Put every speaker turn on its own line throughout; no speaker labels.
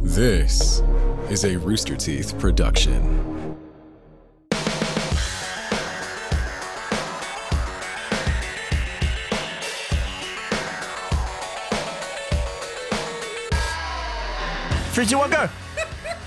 This is a Rooster Teeth production.
Three, two, one, go.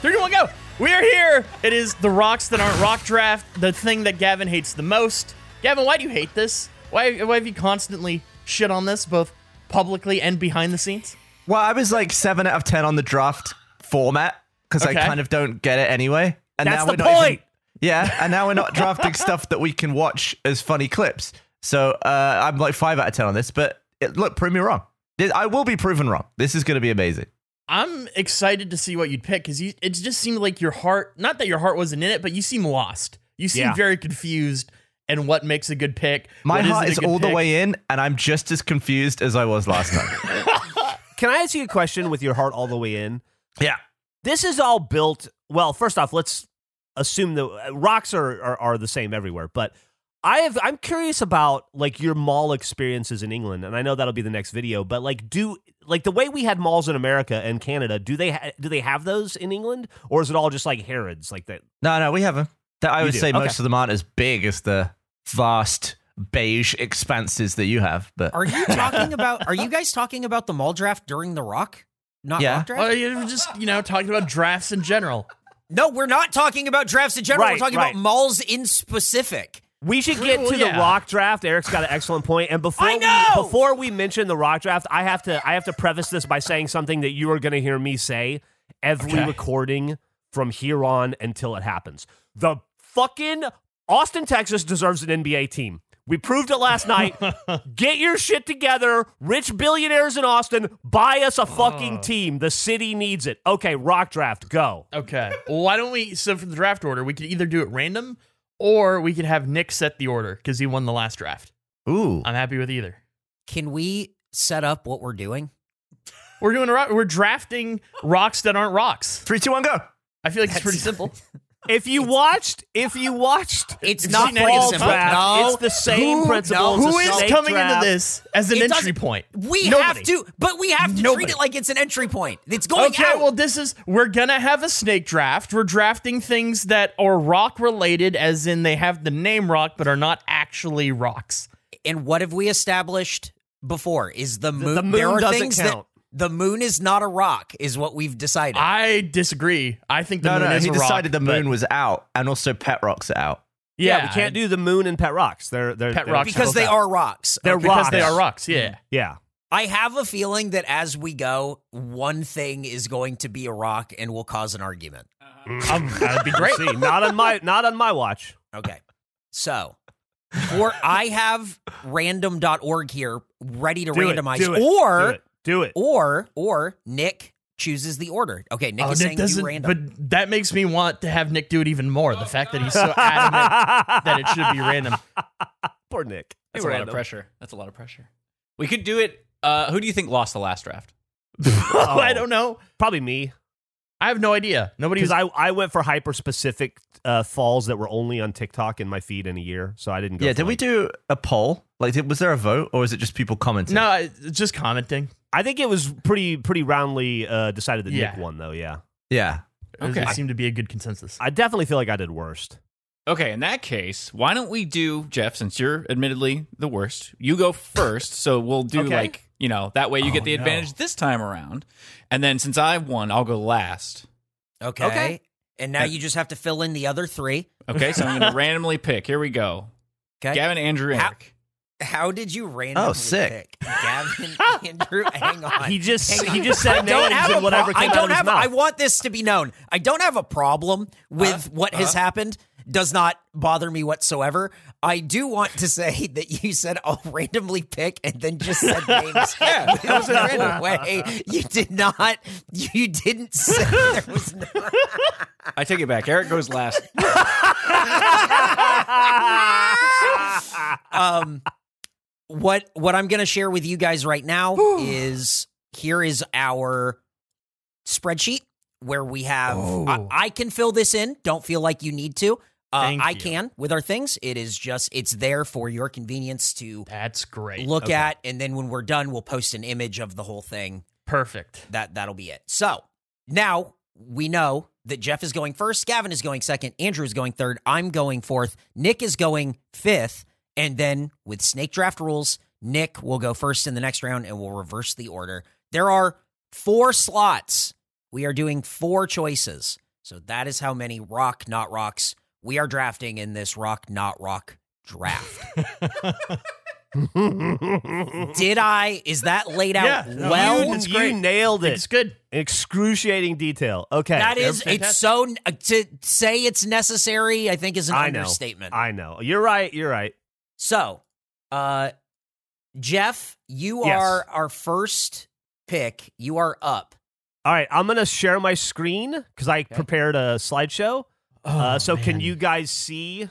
Three, two, one, go. We are here. It is the rocks that aren't rock draft, the thing that Gavin hates the most. Gavin, why do you hate this? Why, why have you constantly shit on this, both publicly and behind the scenes?
Well, I was like seven out of ten on the draft format because
Okay.
I kind of don't get it anyway. And
That's the
not even-
point!
yeah, and now we're not drafting stuff that we can watch as funny clips. So uh, I'm like five out of ten on this, but it, look, prove me wrong. Th- I will be proven wrong. This is going to be amazing.
I'm excited to see what you'd pick because you, it just seemed like your heart, not that your heart wasn't in it, but you seem lost. You seem
Yeah.
very confused and what makes a good pick.
My
what isn't
heart
a
is
good
all the
pick.
way in, and I'm just as confused as I was last night.
Can I ask you a question with your heart all the way in?
yeah,
This is all built. Well, first off, let's assume that uh, rocks are, are are the same everywhere. But I have I'm curious about like your mall experiences in England, and I know that'll be the next video. But like, do like the way we had malls in America and Canada? Do they ha- do they have those in England, or is it all just like Harrods like that?
no, no, we haven't. That I
You
would
do.
say
Okay.
most of them aren't as big as the vast beige expanses that you have, but
Are you talking about? Are you guys talking about the mall draft during the Rock? Not
Yeah.
Rock draft.
Well, you were just, you know, talking about drafts in general.
no, we're not talking about drafts in general.
Right,
we're talking
right.
about malls in specific.
We should get
Well,
to
yeah.
the rock draft. Eric's got an excellent point. And before
I
we-
know!
before we mention the rock draft, I have to I have to preface this by saying something that you are going to hear me say every
Okay.
recording from here on until it happens. The fucking Austin, Texas deserves an NBA team. We proved it last night. Get your shit together, rich billionaires in Austin. Buy us a fucking team. The city needs it. Okay, rock draft, go.
Okay. Well, why don't we? So for the draft order, we could either do it random, or we could have Nick set the order because he won the last draft.
ooh,
I'm happy with either.
Can we set up what we're doing?
We're doing a rock, we're drafting rocks that aren't rocks.
three, two, one, go.
I feel like it's pretty simple.
If you watched, if you watched
It's
It's
not
not
pretty
all
simple.
draft.
No,
It's the same
Who-
principle.
no.
It's
Who
a
is
snake
coming
draft.
into this as an
It
entry
doesn't-
point?
We
Nobody.
have to, but we have to
Nobody.
treat it like it's an entry point. It's going
Okay,
out.
well, this is we're gonna have a snake draft. We're drafting things that are rock related, as in they have the name rock but are not actually rocks.
and what have we established before? Is the moon?
the moon
there are
doesn't
things
count.
that the moon is not a rock. Is what we've decided.
I disagree. I think the
No,
moon
no,
is
he
a rock,
decided the
but-
moon was out, and also Pet Rocks are out.
Yeah,
Yeah,
we can't do the moon and pet rocks. They're they're
Pet
they're-
rocks.
because they are rocks.
They're
because they
rocks.
are rocks. Yeah.
Yeah,
I have a feeling that as we go, one thing is going to be a rock and will cause an argument.
Um, that'd be great.
see, not on my not on my watch.
Okay. So, or I have random.org here ready to
Do it,
randomize
do it,
or
do it, do it.
or or Nick chooses the order. Okay, Nick
Oh,
is
Nick
saying
doesn't,
you random.
but that makes me want to have Nick do it even more. The fact that he's so adamant that it should be random.
Poor Nick.
That's
He
a lot
random.
of pressure. That's a lot of pressure. We could do it. Uh, who do you think lost the last draft?
Oh,
I don't know.
Probably me
I have no idea. Nobody
because
was.
I I went for hyper specific uh, falls that were only on TikTok in my feed in a year, so I didn't. go
Yeah,
for,
did we
like-
do a poll? Like, did, was there a vote, or is it just people commenting?
No, I- just commenting.
I think it was pretty pretty roundly uh, decided that
Yeah.
Nick won though. Yeah,
Yeah.
Okay.
Okay.
It seemed to be a good consensus.
I definitely feel like I did worst.
Okay, in that case, why don't we do Jeff? Since you're admittedly the worst, you go first. So we'll do
Okay.
like you know that way you get the advantage this time around, and then since I won, I'll go last.
okay.
okay.
And now you just have to fill in the other 3.
Okay, so I'm going to randomly pick. Here we go.
Okay.
Gavin, Andrew,
How-
Eric.
How did
Oh,
you randomly
sick.
pick Gavin Andrew? Hang on.
He just
Hang on.
he just said
don't
names
have a
and whatever.
pro-
came out
I
of
don't
his
have.
mouth. Uh-huh.
I want this to be known. I don't have a problem with what has happened. Does not bother me whatsoever. I do want to say that you said I'll randomly pick and then just said names. yeah, there was no way you did not. You didn't say there was no.
I take it back. Eric goes last.
Um, what what I'm going to share with you guys right now is here is our spreadsheet where we have I, I can fill this in. Don't feel like you need to. Uh,
Thank
I
you.
can with our things. It is just it's there for your convenience to
That's great.
look at, and then when we're done, we'll post an image of the whole thing.
Perfect.
That that'll be it. So Now we know that Jeff is going first, Gavin is going second, Andrew is going third, I'm going fourth, Nick is going fifth, and then with snake draft rules, Nick will go first in the next round and we'll reverse the order. There are four slots. We are doing four choices. So that is how many rock, not rocks we are drafting in this rock, not rock draft. Did I? Is that laid out
Yeah, no,
well?
It's
you
great.
nailed it.
It's good.
Excruciating detail. Okay.
That is,
They're
it's so uh, to say it's necessary. I think is an
I know.
understatement.
I know. You're right. You're right.
so, uh, Jeff, you
Yes.
are our first pick. You are up.
All right. I'm going to share my screen because I prepared a slideshow. uh, so can you guys see? I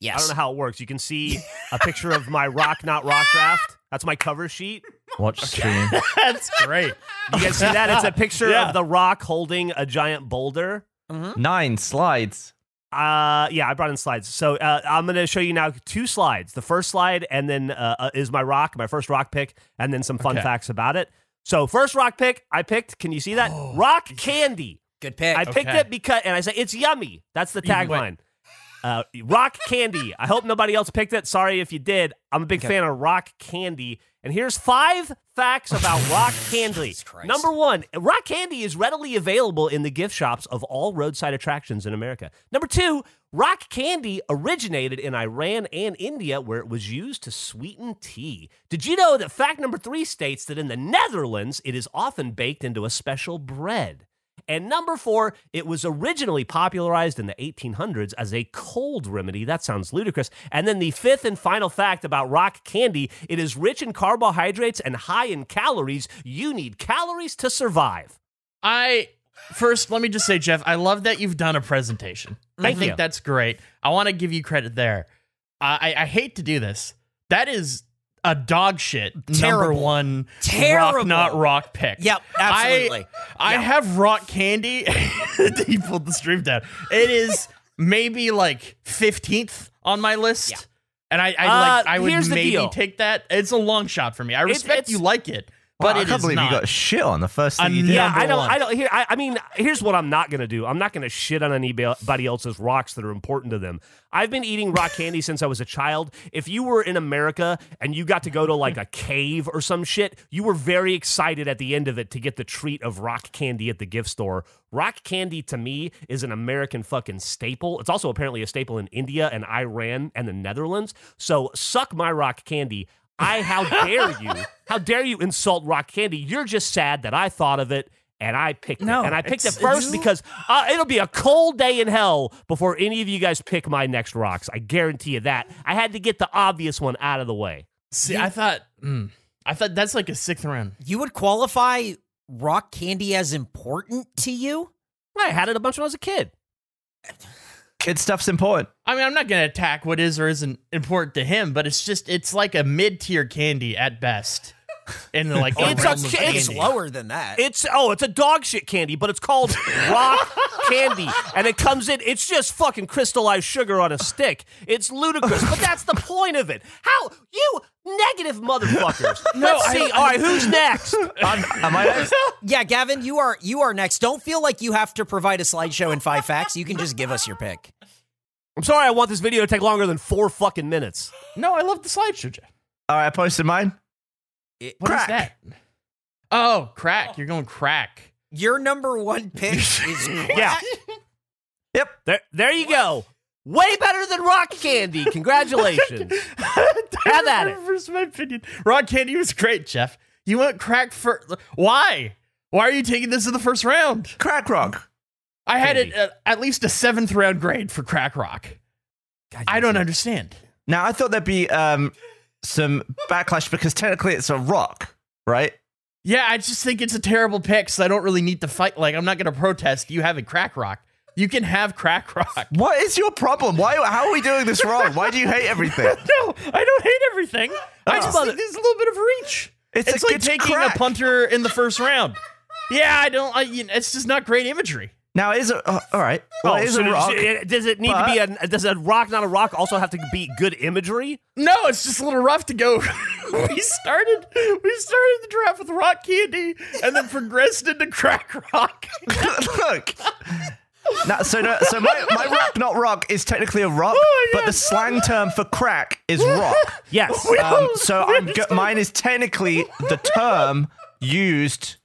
Yes.
don't know how it works. You can see a picture of my Rock Not Rock draft. That's my cover sheet.
Watch stream.
That's great.
You guys see that? It's a picture
Yeah.
of the rock holding a giant boulder.
Mhm.
Nine slides.
Uh, yeah, I brought in slides. So uh, I'm going to show you now two slides. The first slide, and then uh, uh, is my rock, my first rock pick, and then some fun
Okay.
facts about it. So first rock pick I picked. Can you see that? rock candy.
Good pick.
I picked
Okay.
it because, and I say it's yummy. That's the
Even
tagline. Uh, rock candy. I hope nobody else picked it. Sorry if you did. I'm a big fan of rock candy. And here's five facts about rock candy.
Jesus Christ.
Number one, rock candy is readily available in the gift shops of all roadside attractions in America. Number two, rock candy originated in Iran and India, where it was used to sweeten tea. Did you know that fact number three states that in the Netherlands, it is often baked into a special bread? And number four, it was originally popularized in the 1800s as a cold remedy. That sounds ludicrous. And then the fifth and final fact about rock candy it is rich in carbohydrates and high in calories. You need calories to survive.
I first let me just say, Jeff, I love that you've done a presentation. I
Thank
think
you.
that's great. I want to give you credit there. I, I I hate to do this. That is a dog shit number
Terrible.
one
Terrible.
rock not rock pick.
Yep, absolutely.
I, I have rock candy. he pulled the stream down. It is maybe like fifteenth on my list.
Yeah.
And I, I
Uh,
like I would
here's the
maybe
deal.
take that. It's a long shot for me. I respect
it's-
you like it,
Wow,
but
I
it
can't
is
believe
not.
you got shit on the first thing you did.
A nut.
Yeah, I don't.
one.
I don't. Here, I, I mean, here's what I'm not gonna do. I'm not gonna shit on anybody else's rocks that are important to them. I've been eating rock candy since I was a child. If you were in America and you got to go to like a cave or some shit, you were very excited at the end of it to get the treat of rock candy at the gift store. Rock candy to me is an American fucking staple. It's also apparently a staple in India and Iran and the Netherlands. So suck my rock candy. I how dare you? How dare you insult rock candy? You're just sad that I thought of it and I picked
No,
it. And I picked it
it's-
first
you-
because uh, it'll be a cold day in hell before any of you guys pick my next rocks. I guarantee you that. I had to get the obvious one out of the way.
See, I thought, mm, I thought that's like a sixth round.
you would qualify rock candy as important to you.
I had it a bunch when I was a kid.
Kid stuff's important.
I mean, I'm not gonna attack what is or isn't important to him, but it's just it's like a mid tier candy at best. And like the
It's a
realm of
ca-
I think it's
candy.
lower than that.
It's oh, it's a dog shit candy, but it's called rock candy, and it comes in. It's just fucking crystallized sugar on a stick. It's ludicrous, but that's the point of it. How you negative motherfuckers?
No,
Let's
I-
see. All right, who's next?
I'm- am I next?
yeah, Gavin, you are you are next. Don't feel like you have to provide a slideshow and five facts. You can just give us your pick.
I'm sorry, I want this video to take longer than four fucking minutes.
No, I love the slideshow, Jeff.
All right, I posted mine.
What is that? Oh, crack! You're going crack.
Your number one pick is
Yeah.
Yep.
There, there you go. Way better than rock candy. Congratulations. Have at it.
First, my opinion. Rock candy was great, Jeff. You went crack for why? Why are you taking this in the first round?
Crack rock.
I had
Candy.
it at, at least a seventh round grade for crack rock. I don't understand.
Now I thought there'd be um some backlash because technically it's a rock, right?
Yeah, I just think it's a terrible pick, so I don't really need to fight. Like, I'm not going to protest you having crack rock. You can have crack rock.
What is your problem? Why? How are we doing this wrong? Why do you hate everything?
No, I don't hate everything. I just
Oh.
think there's a little bit of reach.
It's a
like
kid's
taking
crack.
a punter in the first round. Yeah, I don't. I, you know, it's just not great imagery.
Now is a uh, all right.
Oh,
Well, it is
Oh, so
a rock.
Does it, does it need to be a does a rock not a rock also have to be good imagery?
No, it's just a little rough to go. we started we started the draft with rock candy and then progressed into crack rock.
Look. Now, so no, so my, my rock not rock is technically a rock, but the slang term for crack is rock.
Yes. Uh,
Um, so I'm go- mine is technically the term used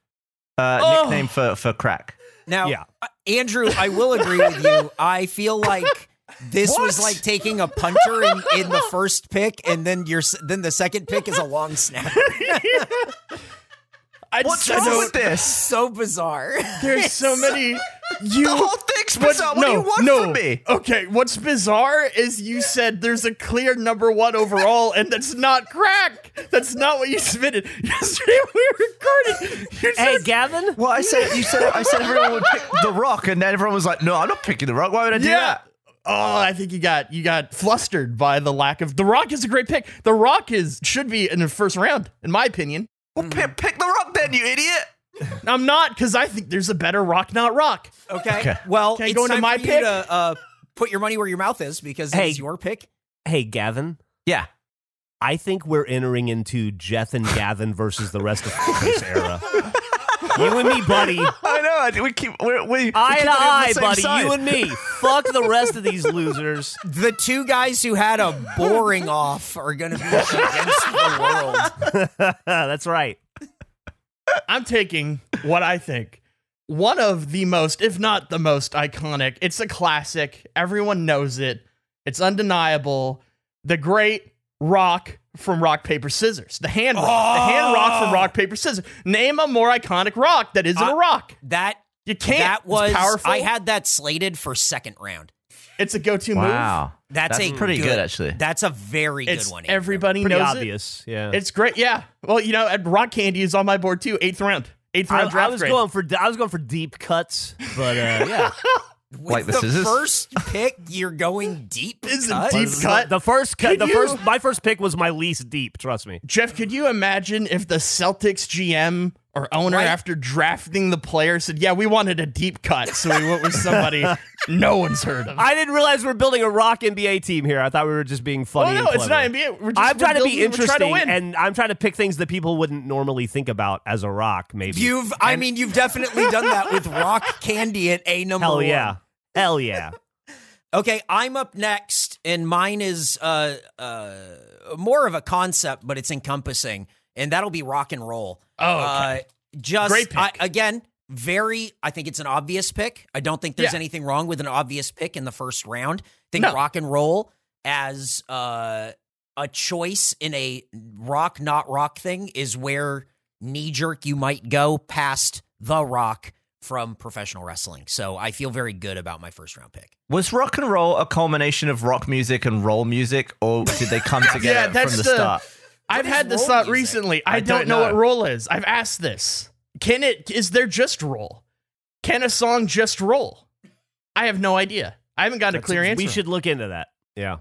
uh, nickname for, for crack.
Now,
Yeah.
uh, Andrew, I will agree with you. I feel like this was like taking a punter in, in the first pick, and then your s- then the second pick is a long snapper.
I
What's
just- I
wrong
don't-
with this?
So bizarre.
There's so many. You
The whole thing's bizarre. What do
no,
you want
no.
from me?
Okay, what's bizarre is you said there's a clear number one overall, and that's not crack. That's not what you submitted. Yesterday we recorded. You
Hey,
said,
Gavin.
Well, I said you said I said everyone would pick the rock, and then everyone was like, "No, I'm not picking the rock. Why would I do
yeah.
that?"
Oh, I think you got you got flustered by the lack of The Rock is a great pick. The Rock is should be in the first round, in my opinion.
Well, pi- pick the rock then, you idiot.
I'm not because I think there's a better Rock, not Rock.
Okay.
Okay.
Well,
Can I
it's
go into
time
my
for you
pick?
to uh, put your money where your mouth is because
Hey.
it's your pick.
Hey, Gavin.
Yeah.
I think we're entering into Jeff and Gavin versus the rest of this era. You and me, buddy.
I know. I- We keep we're, we
Eye to eye,
we keep on the same
buddy.
side.
You and me. Fuck the rest of these losers.
The two guys who had a boring off are going to be against the world.
That's right.
I'm taking what I think one of the most, if not the most iconic. It's a classic. Everyone knows it. It's undeniable. The great rock from Rock Paper Scissors. The hand rock. The hand rock
Oh!
from Rock Paper Scissors. Name a more iconic rock that isn't
Uh,
a rock.
That
You can't.
that was
it's powerful.
I had that slated for second round.
It's a go-to move.
Wow.
That's,
That's
a
pretty good, actually.
That's a very
It's
good one. Andrew.
everybody
Pretty
knows
obvious. Yeah.
it. It's great. Yeah. Well, you know, and rock candy is on my board too. Eighth round. Eighth
I,
round
I
draft
was
grade.
going for I was going for deep cuts, but uh, yeah,
With
Like the
the
scissors?
first pick, you're going deep.
Is it
cut?
deep cut?
the first cut,
Could
the
you-
first my first pick was my least deep. Trust me.
Jeff, could you imagine if the Celtics GM or owner,
Right.
after drafting the player, said, "Yeah, we wanted a deep cut, so we went with somebody no one's heard of."
I didn't realize we're building a rock NBA team here. I thought we were just being funny.
oh no,
and
it's not
clever.
NBA. We're just,
I'm
we're
trying to be
building- we're trying to
interesting,
win.
and I'm trying to pick things that people wouldn't normally think about as a rock. Maybe
You've, I mean, you've definitely done that with rock candy at a number
hell
one.
yeah, hell yeah.
Okay, I'm up next, and mine is uh, uh, more of a concept, but it's encompassing, and that'll be rock and roll.
Oh,
uh, just
Great pick.
I, again, very. I think it's an obvious pick. I don't think there's
Yeah.
anything wrong with an obvious pick in the first round. I think
No.
rock and roll as uh, a choice in a rock not rock thing is where knee jerk you might go past the rock from professional wrestling. So I feel very good about my first round pick.
Was rock and roll a culmination of rock music and roll music, or did they come together
yeah, that's
from the, start?
I've
is
had this
roll
thought
music?
recently. I,
don't
don't, know what
know.
roll is. I've asked this. Can it? Is there just roll? Can a song just roll? I have no idea. I haven't got a clear answer.
We should look into that. Yeah.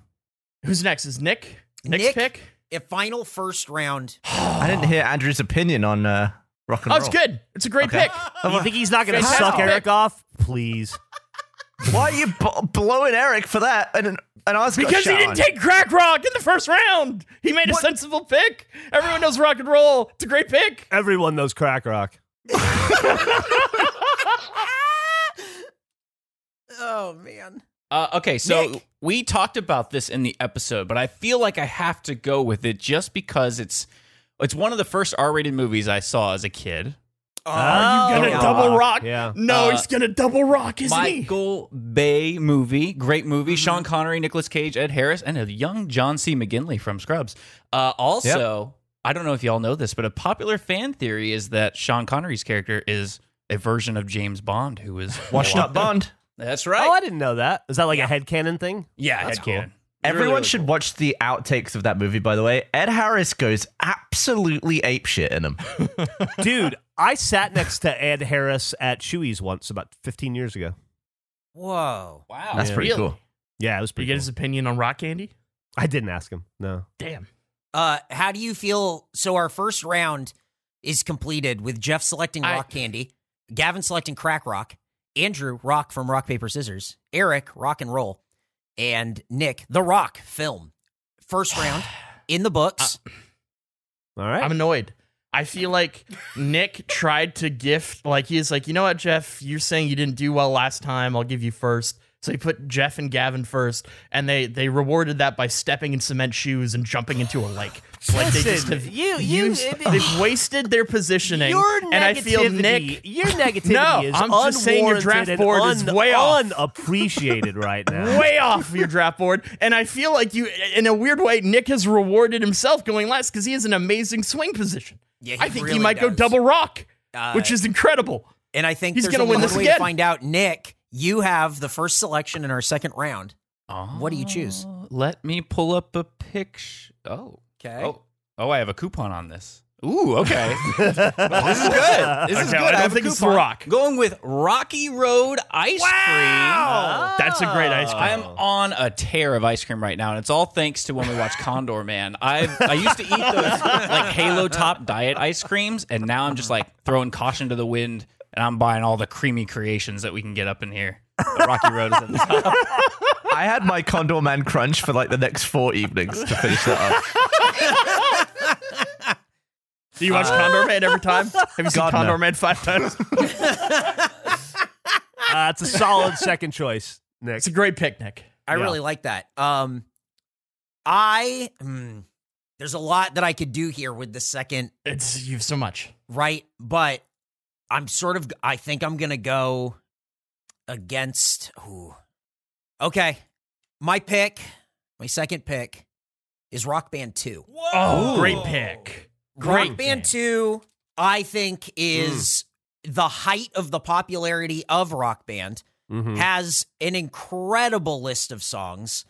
Who's next? Is Nick? Nick's
Nick?
pick.
a final first round.
I didn't hear Andrew's opinion on uh, rock and
Oh,
roll.
it's good. It's a great
Okay.
pick.
You think he's not going to
Oh, Fantastic.
suck Eric off? Please.
Why are you b- blowing Eric for that? And and I was
Because he didn't take crack rock in the first round. He made a sensible pick. Everyone knows rock and roll. It's a great pick.
Everyone knows crack rock.
Oh man.
Uh, okay, so
Nick.
we talked about this in the episode, but I feel like I have to go with it just because it's it's one of the first R-rated movies I saw as a kid.
Oh,
Are
Gonna
yeah.
double rock.
Yeah.
No,
Uh,
he's gonna double rock, isn't he?
Michael Bay movie, great movie. Sean Connery, Nicolas Cage, Ed Harris, and a young John C. McGinley from Scrubs. Uh, also, I don't know if y'all know this, but a popular fan theory is that Sean Connery's character is a version of James Bond, who is
Washed up Bond.
That's
Oh,
right.
I didn't know that. Is that like a headcanon thing?
yeah, that's
cool.
Everyone should watch the outtakes of that movie, by the way. Ed Harris goes absolutely apeshit in them.
Dude, I sat next to Ed Harris at Chewy's once about 15 years ago.
Whoa.
Wow,
That's pretty
Really?
cool.
Yeah, it was
You
pretty
get
cool.
his opinion on rock candy?
I didn't ask him. No.
Damn.
Uh, how do you feel? So our first round is completed with Jeff selecting
I-
rock candy, Gavin selecting crack rock, Andrew Rock from Rock Paper Scissors, Eric Rock and Roll, and Nick The Rock Film. First round in the books.
All right.
I'm annoyed. I feel like Nick tried to gift, like, he's like, you know what, Jeff, you're saying you didn't do well last time. I'll give you first. So he put Jeff and Gavin first, and they, they rewarded that by stepping in cement shoes and jumping into a lake. Like they just
Listen,
have
you- you-
used-
it-
they've wasted their positioning.
your
and I feel
negativity-
Nick
Your negativity
No,
is
I'm just saying your
unwarranted
draft
and
board is way off.
unappreciated right now.
way off your draft board. And I feel like you, in a weird way, Nick has rewarded himself going last because he has an amazing swing position.
Yeah, he
I think he
really
might go
does.
double rock,
Uh,
which is incredible.
And I think
He's
there's
gonna
only
win
one
this
way
again.
to find out. Nick, you have the first selection in our second round. What do you choose?
Oh, Let me pull up a picture. Oh.
'Kay.
Oh. oh, I have a coupon on this. Ooh, okay. this is good. This
Okay,
is good.
I don't
have a
think it's
coupon.
rock.
Going with Rocky Road ice cream.
That's a great ice cream.
I'm on a tear of ice cream right now, and it's all thanks to when we watch Condor Man. I I used to eat those like Halo Top diet ice creams, and now I'm just like throwing caution to the wind, and I'm buying all the creamy creations that we can get up in here. The Rocky Road is at the top.
I had my Condor Man crunch for like the next four evenings to finish that up.
Do you watch Condor Man every time? Have you seen
God, no.
Condor Man five times?
Uh, it's a solid second choice, Nick.
It's a great picnic.
I
Yeah.
really like that. Um, I hmm, there's a lot that I could do here with the second
It's you have so much.
right, but I'm sort of I think I'm gonna go against. Ooh. Okay, my pick, my second pick, is Rock Band Two.
Oh, great pick. Great
Rock Band 2, I think, is the height of the popularity of Rock Band.
Mm-hmm.
Mhm.
Has an incredible list of songs.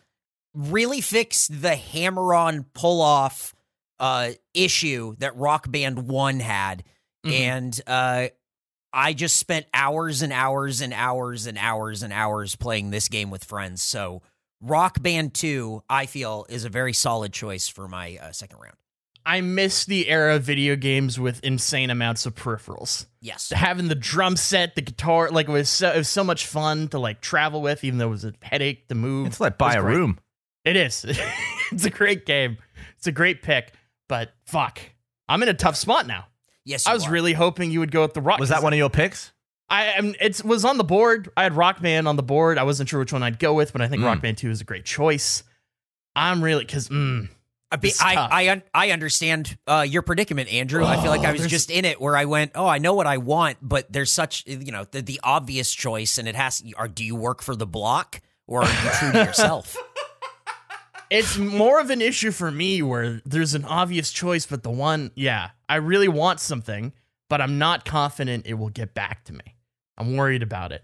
Really fixed the hammer on pull off uh, issue that Rock Band 1 had.
Mhm.
And uh, I just spent hours and hours and hours and hours and hours playing this game with friends. So Rock Band 2, I feel, is a very solid choice for my uh, second round.
I miss the era of video games with insane amounts of peripherals.
Yes.
Having the drum set, the guitar, like it was so, it was so much fun to like travel with, even though it was a headache to move.
It's like buy
It
a
was great.
room.
It is. it's a great game. It's a great pick, but fuck. I'm in a tough spot now.
Yes,
I
you
was
are.
really hoping you would go with the rock.
Was that one of your picks?
I am. It was on the board. I had Rock Band on the board. I wasn't sure which one I'd go with, but I
Hmm.
think Rock Band Two is a great choice. I'm really because mm,
I, be,
It's tough.
I, I, un- I understand uh, your predicament, Andrew. I feel like
Oh,
I was just in it where I went, oh, I know what I want, but there's such, you know, the, the obvious choice, and it has. Are do you work for the block or are you true to yourself?
it's more of an issue for me where there's an obvious choice, but the one, yeah, I really want something, but I'm not confident it will get back to me. I'm worried about it.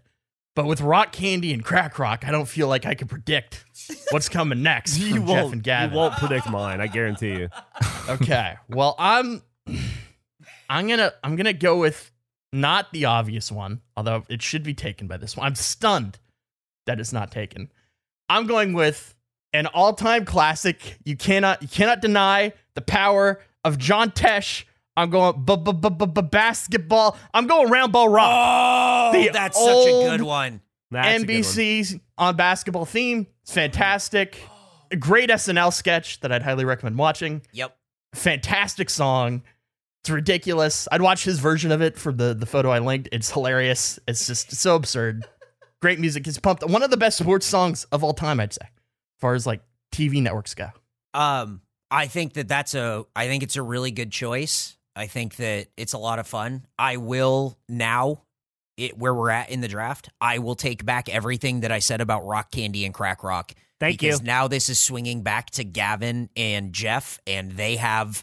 But with Rock Candy and Crack Rock, I don't feel like I can predict what's coming next.
you
from
won't.
Jeff and Gavin.
You won't predict mine. I guarantee you.
Okay. Well, I'm I'm gonna I'm gonna go with not the obvious one, although it should be taken by this one. I'm stunned that it's not taken. I'm going with an all-time classic. You cannot you cannot deny the power of John Tesh. I'm going b- b- b- b- b- basketball. I'm going round ball rock.
Oh,
The
that's such a good
old
one.
That's a good one.
NBC's on basketball theme. It's fantastic. A great SNL sketch that I'd highly recommend watching
Yep.
fantastic song. It's ridiculous. I'd watch his version of it for the the photo I linked. It's hilarious. It's just so absurd. Great music. It's pumped. One of the best sports songs of all time, I'd say, as far as like TV networks go.
Um, I think that that's a. I think it's a really good choice. I think that it's a lot of fun. I will now, it, where we're at in the draft, I will take back everything that I said about Rock Candy and Crack Rock.
Thank
because
you.
now this is swinging back to Gavin and Jeff, and they have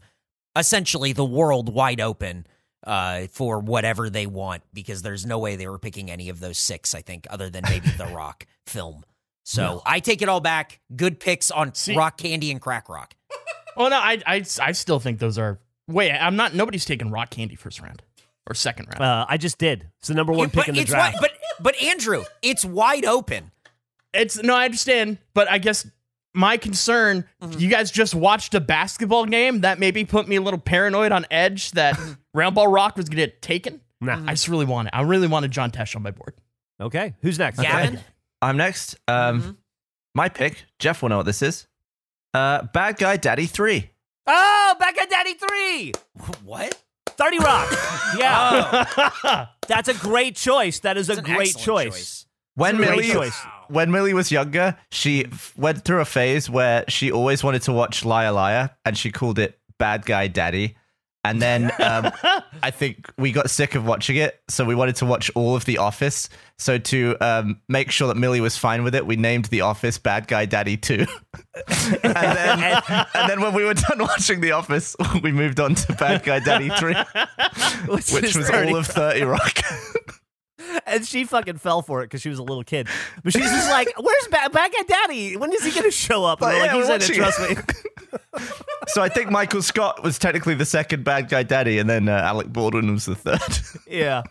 essentially the world wide open uh, for whatever they want because there's no way they were picking any of those six, I think, other than maybe the Rock film. So I take it all back. Good picks on
See-
Rock Candy and Crack Rock.
Oh no, I I I still think those are. Wait, I'm not. Nobody's taking Rock Candy first round or second round.
Uh, I just did. It's the number one
You-
pick
but
in the
it's
draft.
Wide, but but Andrew, it's wide open.
It's no, I understand, but I guess my concern, you guys just watched a basketball game that maybe put me a little paranoid on edge that Round Ball Rock was gonna get taken.
Nah.
I just really want it. I really wanted John Tesh on my board.
Okay. Who's next?
Gavin?
I'm next. Um, My pick, Jeff will know what this is. Uh, Bad Guy Daddy 3.
Oh, Becca Daddy 3.
What?
30 Rock.
Oh.
yeah. That's a great choice. That is a
It's an
great
excellent
choice.
When
Great
Millie,
choice.
when Millie was younger, she f- went through a phase where she always wanted to watch Liar Liar and she called it Bad Guy Daddy. And then um, I think we got sick of watching it, so we wanted to watch all of The Office. So to um, make sure that Millie was fine with it, we named The Office Bad Guy Daddy 2. and, then, and then when we were done watching The Office, we moved on to Bad Guy Daddy 3, which
is
was
30
all of 30 Rock.
And she fucking fell for it because she was a little kid. But she's just like, where's ba- Bad Guy Daddy? When is he going to show up? And
Like,
we're
yeah,
like, he's
we're
in it,
watching
trust me.
it." So I think Michael Scott was technically the second bad guy daddy, and then uh, Alec Baldwin was the third.
Yeah.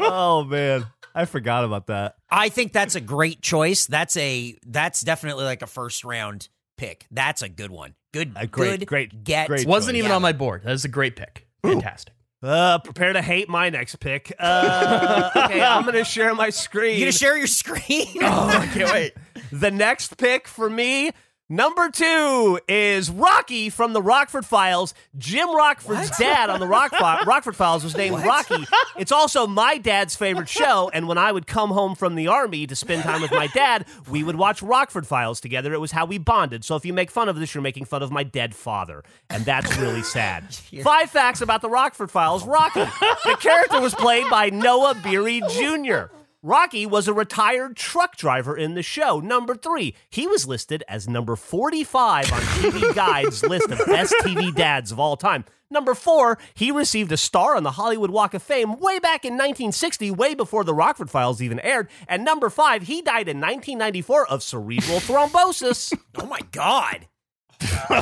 Oh, man. I forgot about that.
I think that's a great choice. That's a that's definitely like a first round pick. That's a good one. Good,
A great-
good
great-
get.
great
Wasn't even
Yeah.
on my board. That is a great pick. Fantastic.
Uh, prepare to hate my next pick. Uh, okay, I'm going to share my screen.
You gonna share your screen?
Oh, I can't wait.
The next pick for me, number two, is Rocky from the Rockford Files. Jim Rockford's dad on the Rock Fi- Rockford Files was named Rocky. It's also my dad's favorite show. And when I would come home from the army to spend time with my dad, we would watch Rockford Files together. It was how we bonded. So if you make fun of this, you're making fun of my dead father. And that's really sad. Five facts about the Rockford Files Rocky. The character was played by Noah Beery Jr. Rocky was a retired truck driver in the show. Number three, he was listed as number 45 on TV Guide's list of best TV dads of all time. Number four, he received a star on the Hollywood Walk of Fame way back in 1960, way before the Rockford Files even aired. And number five, he died in 1994 of cerebral thrombosis.
oh my god!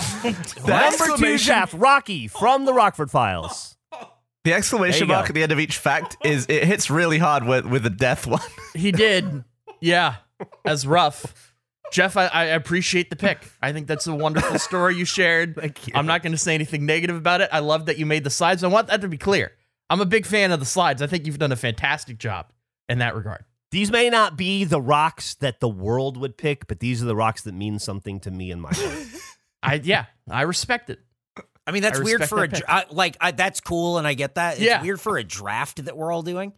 number two,
exclamation-
Jeff, Rocky from the Rockford Files.
The
There
exclamation
you
mark
go.
at the end of each fact is it hits really hard with, with the death one.
He did. Yeah. That's rough. Jeff, I, I appreciate the pick. I think that's a wonderful story you shared. Thank you. I'm not going to say anything negative about it. I love that you made the slides. I want that to be clear. I'm a big fan of the slides. I think you've done a fantastic job in that regard.
These may not be the rocks that the world would pick, but these are the rocks that mean something to me and my life.
I yeah, I respect it.
I mean, that's
I
weird
respect
for a
that
dra- I, like I, that's cool, and I get that. It's
Yeah.
weird for a draft that we're all doing.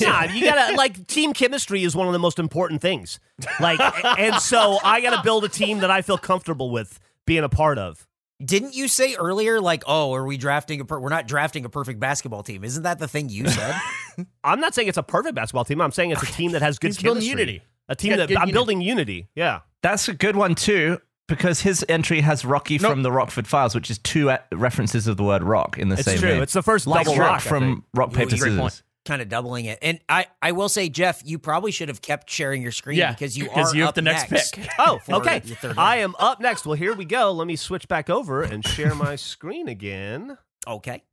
nah, you gotta like team chemistry is one of the most important things. Like, a- and so I gotta build a team that I feel comfortable with being a part of.
Didn't you say earlier, like, oh, are we drafting a? Per- we're not drafting a perfect basketball team. Isn't that the thing you said?
I'm not saying it's a perfect basketball team. I'm saying it's a team that has good
He's building
chemistry.
unity.
A team
Yeah,
that I'm
good unity.
building unity. Yeah.
That's a good one too, because his entry has Rocky from the Rockford Files, which is two uh, references of the word rock in the
It's
same
true.
name.
It's the first
like
double
rock,
rock I think.
from Rock Paper
Great point.
Scissors.
kind of doubling it. And I, I will say, Jeff, you probably should have kept sharing your screen
Yeah,
because you
because
are
you have
up
the next pick.
Oh,
for
okay.
the third
I am up next. Well, here we go. Let me switch back over and share my screen again.
Okay.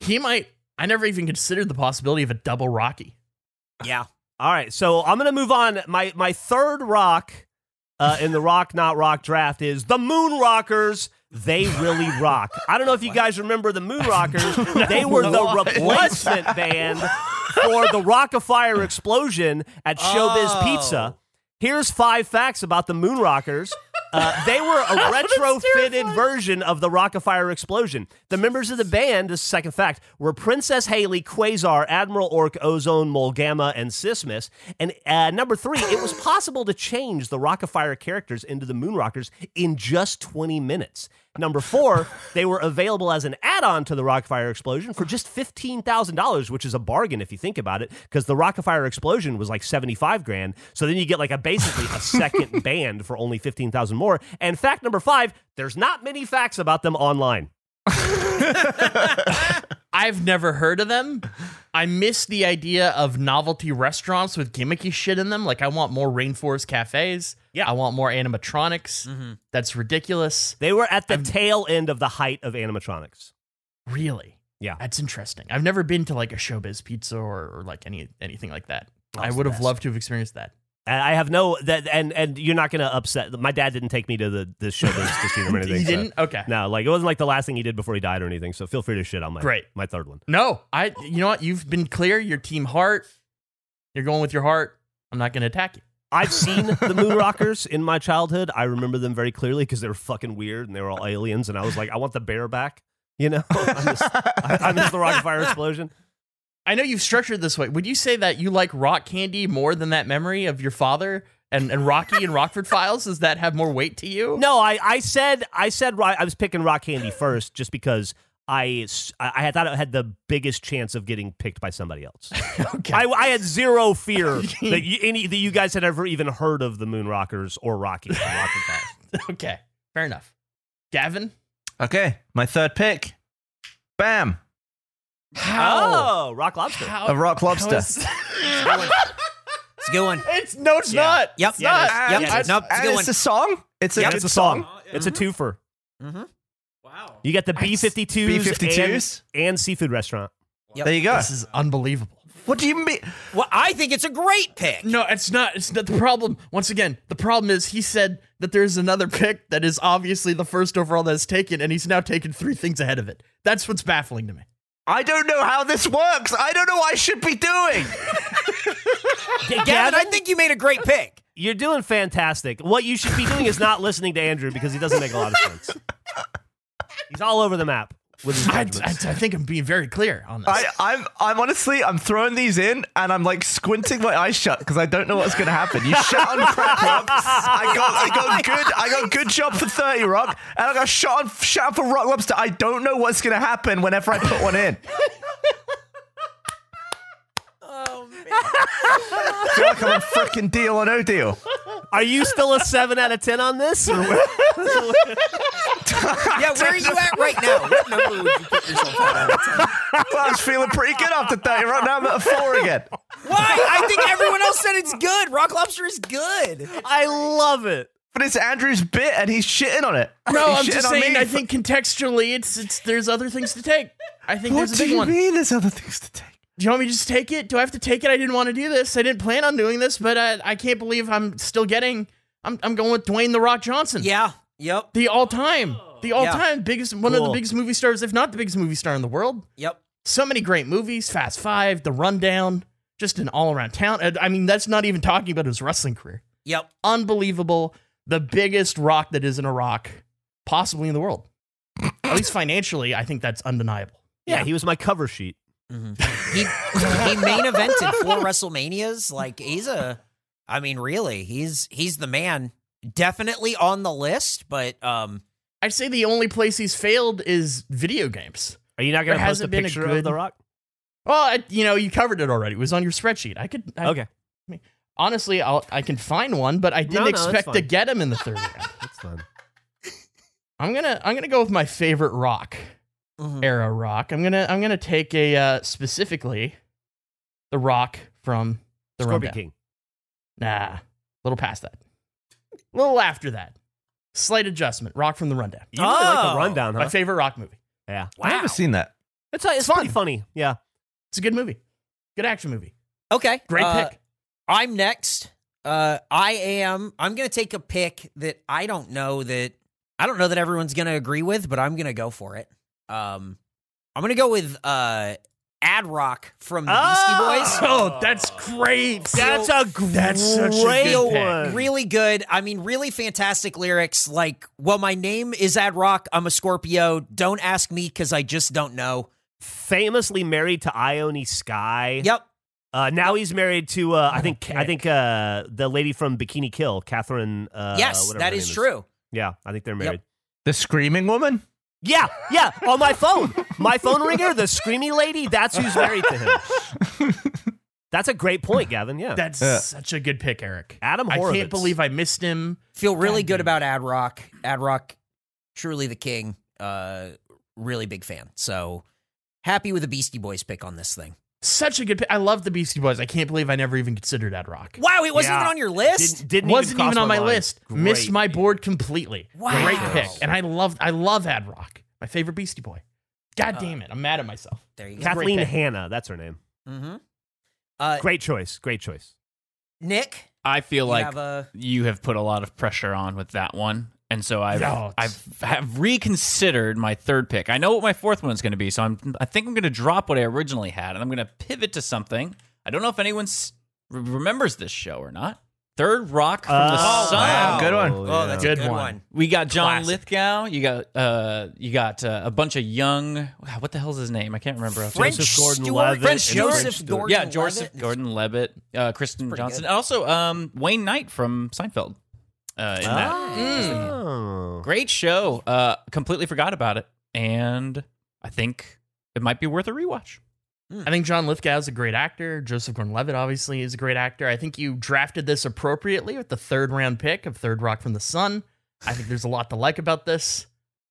He might I never even considered the possibility of a double Rocky.
Yeah.
All right, so I'm gonna move on. My my third rock uh, in the rock not rock draft is the Moon Rockers. They really rock. I don't know if you guys remember the Moon Rockers. they were the replacement band for the Rock of Fire explosion at Showbiz
Oh.
Pizza. Here's five facts about the Moon Rockers. Uh, they were a retrofitted version of the Rock of Fire explosion. The members of the band, this is the second fact, were Princess Haley, Quasar, Admiral Orc, Ozone, Molgama, and Sismus. And uh, number three, it was possible to change the Rock of Fire characters into the Moon Rockers in just 20 minutes. Number four, they were available as an add-on to the Rockfire Explosion for just fifteen thousand dollars, which is a bargain if you think about it, because the Rockfire Explosion was like seventy-five grand. So then you get like a basically a second band for only fifteen thousand more. And fact number five, there's not many facts about them online.
I've never heard of them. I miss the idea of novelty restaurants with gimmicky shit in them. Like I want more rainforest cafes.
Yeah. Mm-hmm.
I want more animatronics. That's ridiculous.
They were at the tail end of the height of animatronics.
Really?
Yeah.
That's interesting. I've never been to like a showbiz pizza or, or like any anything like that. I would have loved to have experienced that.
And I have no that, and and you're not going to upset. My dad didn't take me to the the show business to see them or anything.
You
so-
didn't? Okay.
No, like it wasn't like the last thing he did before he died or anything. So feel free to shit on my
Great.
my third one.
No, I. You know what? You've been clear. Your team heart. You're going with your heart. I'm not going to attack you.
I've seen the Moon Rockers in my childhood. I remember them very clearly because they were fucking weird and they were all aliens. And I was like, I want the bear back. You know, I miss, I, I miss the rocket fire explosion.
I know you've structured this way. Would you say that you like rock candy more than that memory of your father and, and Rocky and Rockford Files? Does that have more weight to you?
No, I, I said I said ro- I was picking rock candy first just because I s- I had- thought it had the biggest chance of getting picked by somebody else. I, I had zero fear that you, any that you guys had ever even heard of the Moon Rockers or Rocky. from Rockford Files.
Okay, fair enough. Gavin,
Okay, my third pick. Bam!
Oh, Rock Lobster.
How-
A rock lobster.
how is-
It's a good one.
it's no, it's not.
Yep.
It's
Yeah,
not.
it Yep,
And-
nope, it's a
and
good
it's
one.
a song. It's a
Yeah,
good
it's a song.
song.
It's a twofer.
Mhm.
Wow.
You got the B fifty twos,
B-52s.
and seafood restaurant.
There you go.
This is unbelievable.
What do you mean?
Well, I think it's a great pick.
No, it's not. It's not the problem. Once again, the problem is he said that there's another pick that is obviously the first overall that is taken, and he's now taken three things ahead of it. That's what's baffling to me.
I don't know how this works. I don't know what I should be doing.
Gavin, I think you made a great pick.
You're doing fantastic. What you should be doing is not listening to Andrew because he doesn't make a lot of sense. He's all over the map with his
I, I,
judgments.
I think I'm being very clear on this.
I, I'm, I'm honestly, I'm throwing these in and I'm like squinting my eyes shut because I don't know what's going to happen. You shot on crack rock. I got, I got good, I got good job for thirty rock, and I got shot on, shot for rock lobster. I don't know what's going to happen whenever I put one in. Oh man! Feel like I'm a freaking deal or no deal.
Are you still a seven out of ten on this? Or what?
Yeah, where are you at right now? What number would you put yourself at?
Well, I was feeling pretty good after thirty rock. Now I'm at a four again.
Why? I think everyone else said it's good. Rock lobster is good.
I love it.
But it's Andrew's bit, and he's shitting on it.
no,
He's
I'm
shitting
just
on
saying.
me
I
for-
think contextually, it's it's there's other things to take. I think
What
there's a
do
big
you
one.
mean? There's other things to take.
Do you want me to just take it? Do I have to take it? I didn't want to do this. I didn't plan on doing this, but uh, I can't believe I'm still getting. I'm I'm going with Dwayne the Rock Johnson.
Yeah. Yep.
the all time, the all time biggest, one of the
Cool.
biggest movie stars, if not the biggest movie star in the world.
Yep.
So many great movies: Fast Five, The Rundown, just an all around talent. I mean, that's not even talking about his wrestling career.
Yep.
Unbelievable, the biggest rock that isn't a rock, possibly in the world. At least financially, I think that's undeniable.
Yeah, he was my cover sheet.
He he main evented four WrestleManias. Like he's a I mean, really, he's he's the man. Definitely on the list, but um
I'd say the only place he's failed is video games.
Are you not going to
There
post a
hasn't been a
picture
good-
of The Rock?
Well, I, you know, you covered it already. It was on your spreadsheet. I could I,
Okay,
Honestly, I'll, I can find one, but I didn't
No, no, that's
expect to
fine.
get him in the third round.
that's fine.
I'm gonna I'm gonna go with my favorite rock
Mhm.
era rock. I'm gonna I'm gonna take a uh, specifically the rock from the
Scorpion
Rundown.
King.
Nah, a little past that, a little after that. Slight adjustment. Rock from the Rundown.
You really like
Oh.
the rundown, huh?
My favorite rock movie.
yeah,
I've never seen that.
it's it's,
fun.
pretty funny. Yeah,
It's a good movie. Good action movie.
Okay.
Great
uh,
pick.
I'm next. Uh, I am. I'm going to take a pick that I don't know that I don't know that everyone's going to agree with, but I'm going to go for it. Um, I'm going to go with uh, Ad Rock from the Beastie Boys.
Oh, that's great.
Ah. that's a great
That's such a good pick.
one.
Really good. I mean, really fantastic lyrics. Like, well, my name is Ad Rock. I'm a Scorpio. Don't ask me because I just don't know.
Famously married to Ione Sky.
Yep.
Uh, now he's married to uh,
Oh,
I think I think uh, the lady from Bikini Kill, Catherine. Uh,
yes,
whatever
that
her
is
name
true.
Yeah, I think they're married.
The screaming woman.
Yeah, yeah, on my phone, my phone ringer, the screamy lady. That's who's married to him. That's a great point, Gavin. Yeah,
That's
Yeah.
such a good pick, Eric.
Adam
I
Horovitz.
can't believe I missed him.
Feel really
God
good
damn.
about Ad Rock. Ad Rock, truly the king. Uh, really big fan. So happy with the Beastie Boys pick on this thing.
Such a good pick. I love the Beastie Boys. I can't believe I never even considered Ad Rock.
Wow, it wasn't
Yeah.
even on your list.
Didn't, didn't
wasn't
cross
even on my
mind.
list.
Great.
Missed my board completely.
Wow.
Great pick. And I love I love Ad Rock, my favorite Beastie Boy. God damn it, I'm mad at myself.
there you go.
Kathleen
pick.
Hanna. That's her name.
hmm Uh,
Great choice. Great choice.
Nick,
I feel
you
like
have a
you have put a lot of pressure on with that one. And so I've
No, it's-
I've have reconsidered my third pick. I know what my fourth one's going to be, so I'm I think I'm going to drop what I originally had, and I'm going to pivot to something. I don't know if anyone's re- remembers this show or not. Third Rock from the
Oh,
Sun.
wow. Good one.
Oh, that's
Good
a good
one.
one.
We got John
Classic.
Lithgow. You got uh, you got uh, a bunch of young. wow, What the hell's his name? I can't remember. uh, off the
French
Joseph Gordon-Levitt
Stewart.
French
Joseph
Stewart.
Gordon.
yeah, Joseph Gordon-Levitt, uh, Kristen
pretty
Johnson,
good.
and also um, Wayne Knight from Seinfeld. Uh, in that
Oh.
great show, uh, completely forgot about it, and I think it might be worth a rewatch.
I think John Lithgow is a great actor. Joseph Gordon-Levitt obviously is a great actor. I think you drafted this appropriately with the third round pick of Third Rock from the Sun. I think there's a lot to like about this.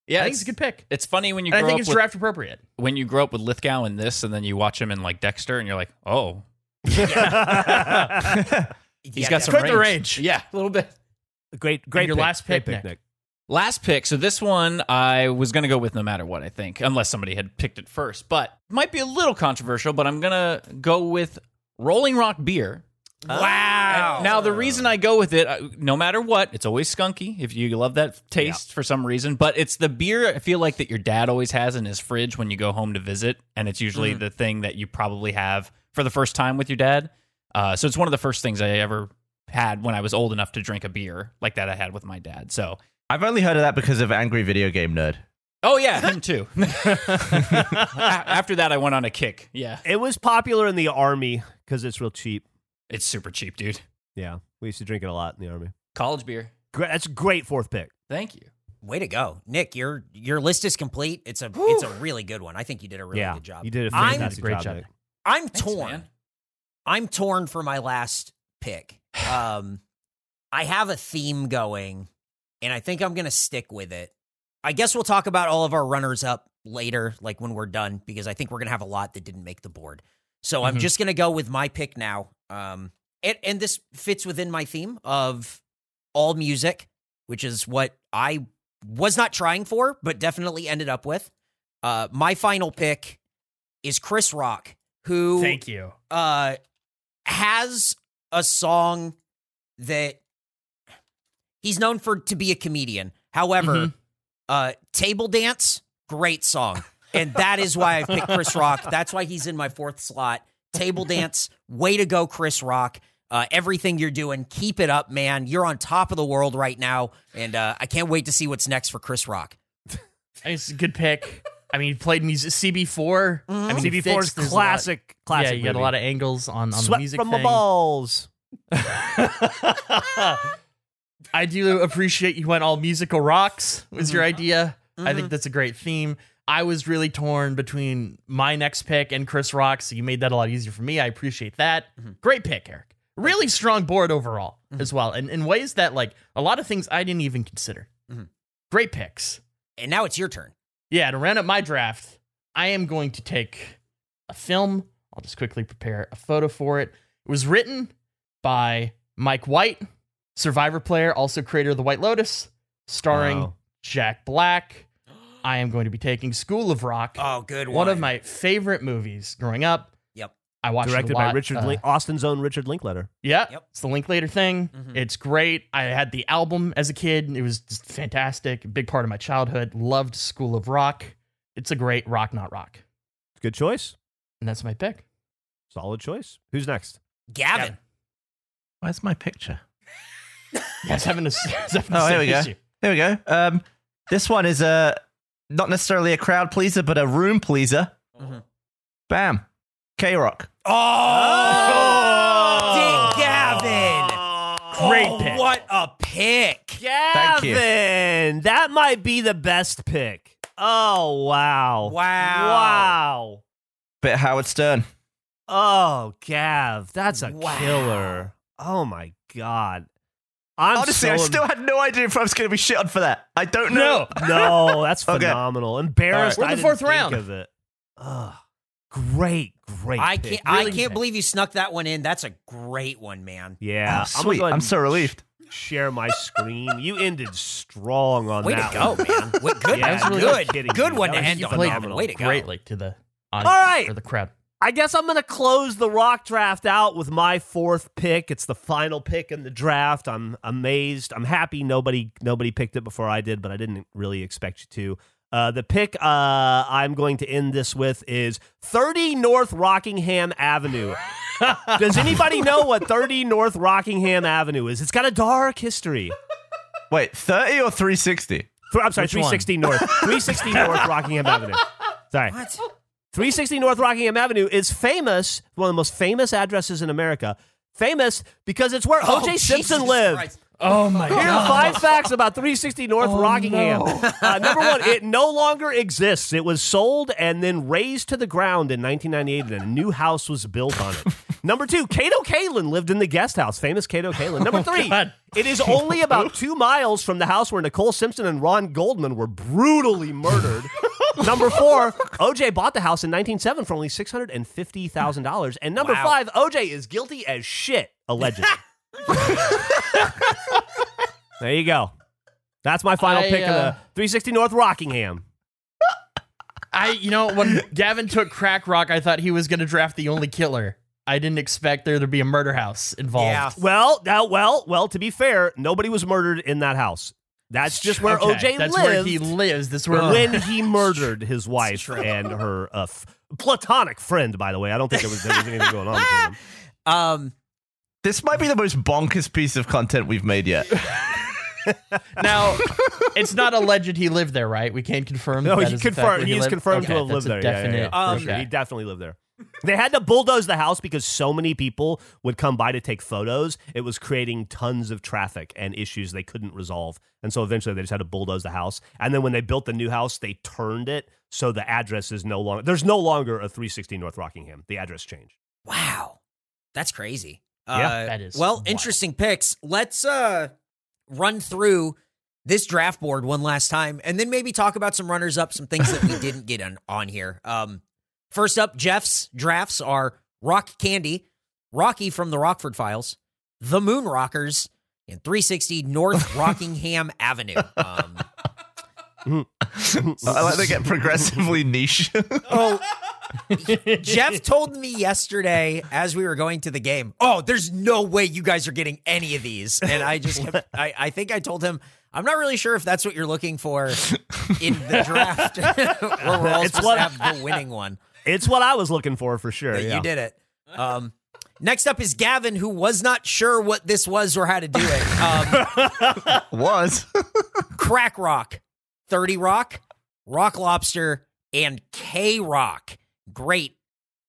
Yeah,
I think it's a good pick.
It's funny when you
And I
grow
think
up
it's
with,
draft appropriate.
when you grow up with Lithgow and this, and then you watch him in like Dexter, and you're like, oh,
Hmm.
he's got some
Quite
range.
the range.
Yeah, a little bit.
Great, great.
your
pick.
last
Great
pick, Nick.
Last pick. So this one I was going to go with no matter what, I think, unless somebody had picked it first. But might be a little controversial, but I'm going to go with Rolling Rock Beer.
Wow.
Now, the reason I go with it, uh, no matter what, it's always skunky if you love that taste for some reason. But it's the beer I feel like that your dad always has in his fridge when you go home to visit. And it's usually the thing that you probably have for the first time with your dad. Uh, so it's one of the first things I ever had when I was old enough to drink a beer like that I had with my dad. So,
I've only heard of that because of Angry Video Game Nerd.
oh yeah, him too. A- After that, I went on a kick. Yeah.
It was popular in the army because it's real cheap.
It's super cheap, dude.
Yeah, we used to drink it a lot in the army.
College beer.
Great, that's a great fourth pick.
Thank you.
Way to go, Nick! Your your list is complete. It's a it's a really good one. I think you did a really
yeah,
good job.
you did a
I'm-
fantastic
Great
job.
job.
Nick.
I'm
Thanks,
torn.
man.
I'm torn for my last pick. Um, I have a theme going, and I think I'm going to stick with it. I guess we'll talk about all of our runners up later, like when we're done, because I think we're going to have a lot that didn't make the board. So I'm
Mm-hmm.
Mhm.
just going to go with my pick now. Um, and, and this fits within my theme of all music, which is what I was not trying for, but definitely ended up with. Uh, my final pick is Chris Rock, who
Thank you.
uh has a song that he's known for to be a comedian. However,
Mhm.
uh Table Dance, great song. And that is why I picked Chris Rock. That's why he's in my fourth slot. Table Dance, way to go Chris Rock. Uh, everything you're doing, keep it up, man. You're on top of the world right now, and uh, I can't wait to see what's next for Chris Rock.
I think It's a good pick. I mean, he played music CB4.
Mm-hmm.
I mean, he
CB4's
fits. There's a lot-
classic, classic.
Yeah, you got a
movie.
lot of angles on, on the
sweat
music
from
thing.
the balls.
I do appreciate you went all musical rocks was your idea. I think that's a great theme. I was really torn between my next pick and Chris Rock, so you made that a lot easier for me. I appreciate that. Great pick, Eric. Really strong board overall as well, and in ways that like a lot of things I didn't even consider.
Mhm.
Great picks.
And now it's your turn.
Yeah, to round up my draft, I am going to take a film. I'll just quickly prepare a photo for it. It was written by Mike White, Survivor player, also creator of The White Lotus, starring
Wow.
Jack Black. I am going to be taking School of Rock,
Oh, good
one of my favorite movies growing up.
Yep.
I watched it
Directed
a
by
lot,
Richard
uh,
Link, Austin's own Richard Linkletter.
yeah.
Yep.
It's the Linklater thing.
Mm-hmm.
Mhm.
It's great. I had the album as a kid. and It was just fantastic. A big part of my childhood. Loved School of Rock. It's a great rock, not rock.
Good choice.
And that's my pick.
Solid choice. Who's next?
Gavin.
Where's my picture?
Yeah, I was having a, I was having the
Oh,
same
there we go.
issue.
There we go. Um, this one is a not necessarily a crowd pleaser, but a room pleaser.
Mhm.
Bam, K Rock.
Oh, Dick Gavin.
Great
Oh,
pick.
What a pick.
Thank you.
Gavin, that might be the best pick. Oh wow!
Wow.
Bit Howard Stern.
Wow! Oh, Gav, that's a
Wow.
killer. Oh my god! I'm
Honestly,
so
I
em-
still had no idea if I was going to be shit on for that. I don't know.
No.
no, that's
Okay.
phenomenal. Embarrassed.
All right. We're in
I
the
didn't
fourth round.
Think of it. Ugh. Great, great.
I
pick.
can't, I
Really
can't
good.
believe you snuck that one in. That's a great one, man.
Oh,
Yeah, I'm gonna
sweet.
go ahead
I'm
and
so relieved.
sh- Share my screen. You ended strong on
Way
that.
to go,
one.
man. Wait, good,
Yeah,
one.
really
good,
not kidding
good
you.
one to
That was
end on.
played
Gavin. Way to go.
Greatly to the audience
All right.
or the crowd.
I guess I'm going to close the rock draft out with my fourth pick. It's the final pick in the draft. I'm amazed. I'm happy nobody nobody picked it before I did, but I didn't really expect you to. Uh, the pick uh, I'm going to end this with is 30 North Rockingham Avenue. Does anybody know what 30 North Rockingham Avenue is? It's got a dark history.
Wait, 30 or 360?
Th- I'm sorry,
Which one?
360 North. 360 North Rockingham Avenue. Sorry.
What?
360 North Rockingham Avenue is famous, one of the most famous addresses in America. Famous because it's where
Oh,
O.J.
Jesus
Simpson lived.
Christ.
Oh my
Here are five facts about 360 North Rockingham. Uh, number one, it no longer exists. It was sold and then razed to the ground in 1998, and a new house was built on it. Number two, Cato Kalin lived in the guest house, famous Cato Kalin. Number three,
Oh, God.
it is only about two miles from the house where Nicole Simpson and Ron Goldman were brutally murdered. number four, OJ bought the house in 1907 for only $650,000. And number five, OJ is guilty as shit, allegedly. There you go. That's my final
I,
pick of
uh,
the 360 North Rockingham.
I, you know, when Gavin took crack rock, I thought he was going to draft the only killer. I didn't expect there to be a murder house involved.
Yeah.
Well, now, well, well. To be fair, nobody was murdered in that house. That's just where
Okay,
OJ
That's
lived
where he lives. That's where
when he murdered his wife and her uh, f- platonic friend. By the way, I don't think there was, there was anything going on between them.
Um,
This might be the most bonkers piece of content we've made yet.
now it's not alleged he lived there, right? We can't confirm.
No,
that
he
is the fact
confirmed.
where
He is
lived?
confirmed
Okay,
to have
that's
lived
a
there. Yeah, yeah,
Definite.
yeah,
Um,
for sure. He definitely lived there. They had to bulldoze the house because so many people would come by to take photos. It was creating tons of traffic and issues they couldn't resolve. And so eventually they just had to bulldoze the house. And then when they built the new house, they turned it so the address is no longer there's no longer a 360 North Rockingham. The address changed.
wow, that's crazy.
Yeah.
uh,
That is
Well,
wild.
interesting picks. Let's uh run through this draft board one last time, and then maybe talk about some runners up, some things that we didn't get on on here. Um, first up, Jeff's drafts are Rock Candy, Rocky from the Rockford Files, The Moon Rockers, and 360 North Rockingham Avenue. Um,
I like they get progressively niche.
Oh, Jeff told me yesterday as we were going to the game, oh, there's no way you guys are getting any of these. And I just, kept, I, I think I told him, I'm not really sure if that's what you're looking for in the draft, where we're all
It's
supposed
what-
to have the winning one.
It's what I was looking for for sure.
But
yeah.
you did it. Um, next up is Gavin, who was not sure what this was or how to do it. Um,
Was.
Crack Rock, 30 Rock, Rock Lobster, and K Rock. Great.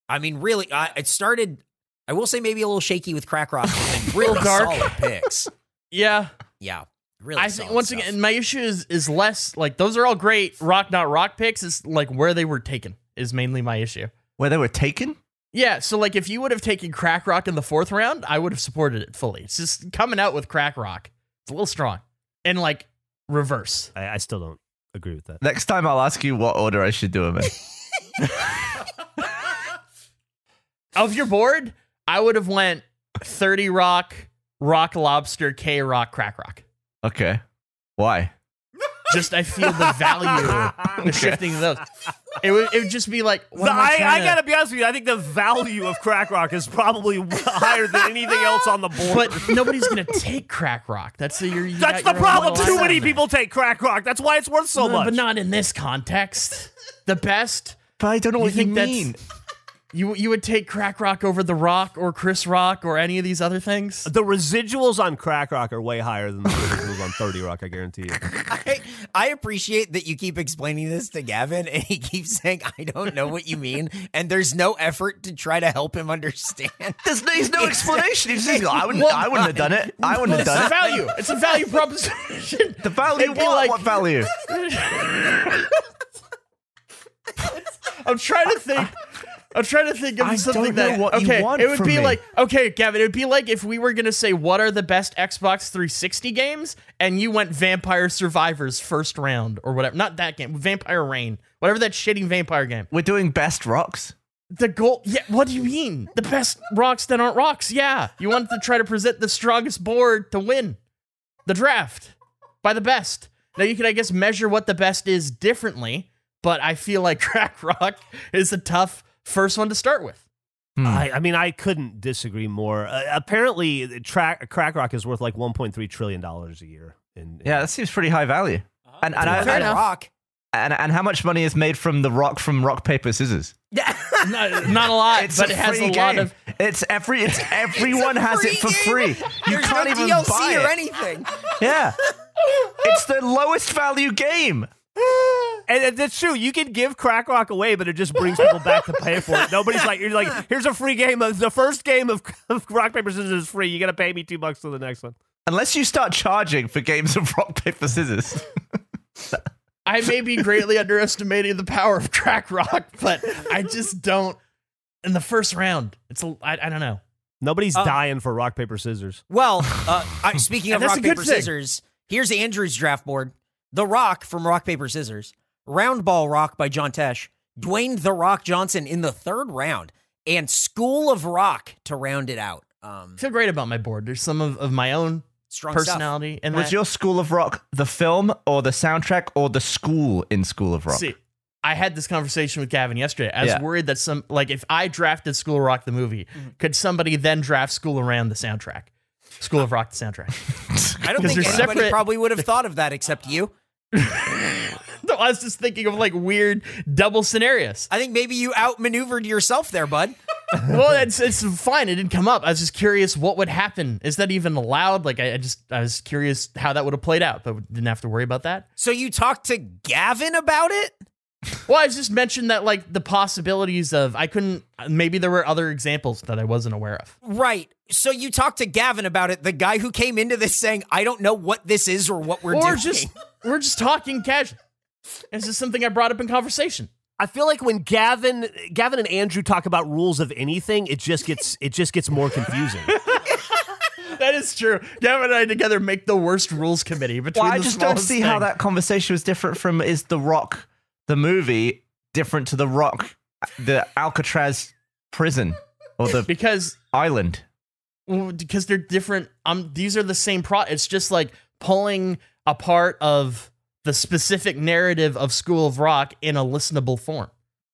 I mean, really, I, it started, I will say maybe a little shaky with Crack Rock, but then really
dark.
solid picks.
Yeah,
Yeah. Really
I think
solid
once
stuff.
again, my issue is is less like those are all great rock not rock picks. It's like where they were taken is mainly my issue.
Where they were taken?
Yeah, so like if you would have taken crack rock in the fourth round, I would have supported it fully. It's just coming out with crack rock. It's a little strong and like reverse.
I, I still don't agree with that.
Next time I'll ask you what order I should do them in.
of your board, I would have went 30 rock, rock lobster, K rock, crack rock.
Okay. Why?
Just I feel the value
I,
of shifting those. It would it would just be like what am I,
I
trying to-
gotta be honest with you. I think the value of crack rock is probably higher than anything else on the board.
but nobody's gonna take crack rock. That's the, your, you
That's the
got your
problem.
own
Too
line
many
on there.
people take crack rock. That's why it's worth so
No,
much.
but not in this context. The best
But I don't know
you
what you
think that's
mean.
you you would take crack rock over the rock or Chris Rock or any of these other things?
the residuals on crack rock are way higher than the residuals on 30 rock, I guarantee you.
I, I appreciate that you keep explaining this to Gavin, and he keeps saying, I don't know what you mean. And there's no effort to try to help him understand.
There's, there's no explanation. He's just, I, wouldn't, I wouldn't have done it. I wouldn't have
It's a
done it.
value. It's a value proposition.
The value
It'd be
what?
like-
what value?
I'm trying to think. I'm trying to think of
I
something
don't
that
know what you
okay.
want
it would
from
be
me.
like okay, Gavin. It would be like if we were gonna say what are the best Xbox 360 games, and you went Vampire Survivors first round or whatever. Not that game. Vampire Rain. Whatever that shitty vampire game.
We're doing best rocks.
The goal. Yeah. What do you mean? The best rocks that aren't rocks. Yeah. You wanted to try to present the strongest board to win the draft by the best. Now you could, I guess, measure what the best is differently, but I feel like Crack Rock is a tough first one to start with. Hmm.
I, I mean, I couldn't disagree more. Uh, apparently, the track, crack rock is worth like $1.3 trillion a year. In, in-
Yeah, that seems pretty high value. And, and,
Fair
I,
Rock.
and and how much money is made from the rock from rock paper scissors?
Not, not a lot,
It's
but
a
it has
free
a lot
game.
of.
It's every. It's everyone has it for free.
free game.
You
There's
can't
no
even
DLC
buy
or
it.
anything.
Yeah, it's the lowest value game.
And and that's true. You can give Crack Rock away, but it just brings people back to pay for it. Nobody's like, you're like, here's a free game. of The first game of, of Rock Paper Scissors is free. You got to pay me two bucks to the next one.
Unless you start charging for games of rock paper scissors.
I may be greatly underestimating the power of crack rock, but I just don't. In the first round, it's a, I, I don't know.
Nobody's
Uh,
dying for Rock Paper Scissors.
Well, uh, I, speaking of
And that's
rock
a good
paper
thing.
scissors, here's Andrew's draft board: The Rock from Rock Paper Scissors, Round Ball Rock by John Tesh, Dwayne The Rock Johnson in the third round, and School of Rock to round it out. Um,
I feel great about my board. There's some of, of my own
strong stuff.
personality and
Was your School of Rock the film or the soundtrack or the school in School of Rock?
See, I had this conversation with Gavin yesterday. I was
Yeah.
worried that some, like, if I drafted School of Rock the movie, could somebody then draft School around the soundtrack? School of Rock the soundtrack.
I don't
'Cause
think
they're
anybody
separate-
probably would have thought of that except you.
no, I was just thinking of like weird double scenarios.
I think maybe you outmaneuvered yourself there, bud.
well, it's it's fine. It didn't come up. I was just curious what would happen. Is that even allowed? Like, I, I just I was curious how that would have played out, but didn't have to worry about that.
So you talked to Gavin about it?
Well, I was just mentioned that like the possibilities of I couldn't. Maybe there were other examples that I wasn't aware of.
Right. So you talked to Gavin about it, the guy who came into this saying, I don't know what this is or what we're
or
doing.
just we're just talking casually. This is something I brought up in conversation.
I feel like when Gavin, Gavin and Andrew talk about rules of anything, it just gets it just gets more confusing.
That is true. Gavin and I together make the worst rules committee between.
Well, I
the
just don't
smallest
see how
thing.
that conversation was different from is the Rock the movie different to the Rock the Alcatraz prison or the
because
island.
well, because they're different. Um, these are the same pro. It's just like pulling a part of the specific narrative of School of Rock in a listenable form.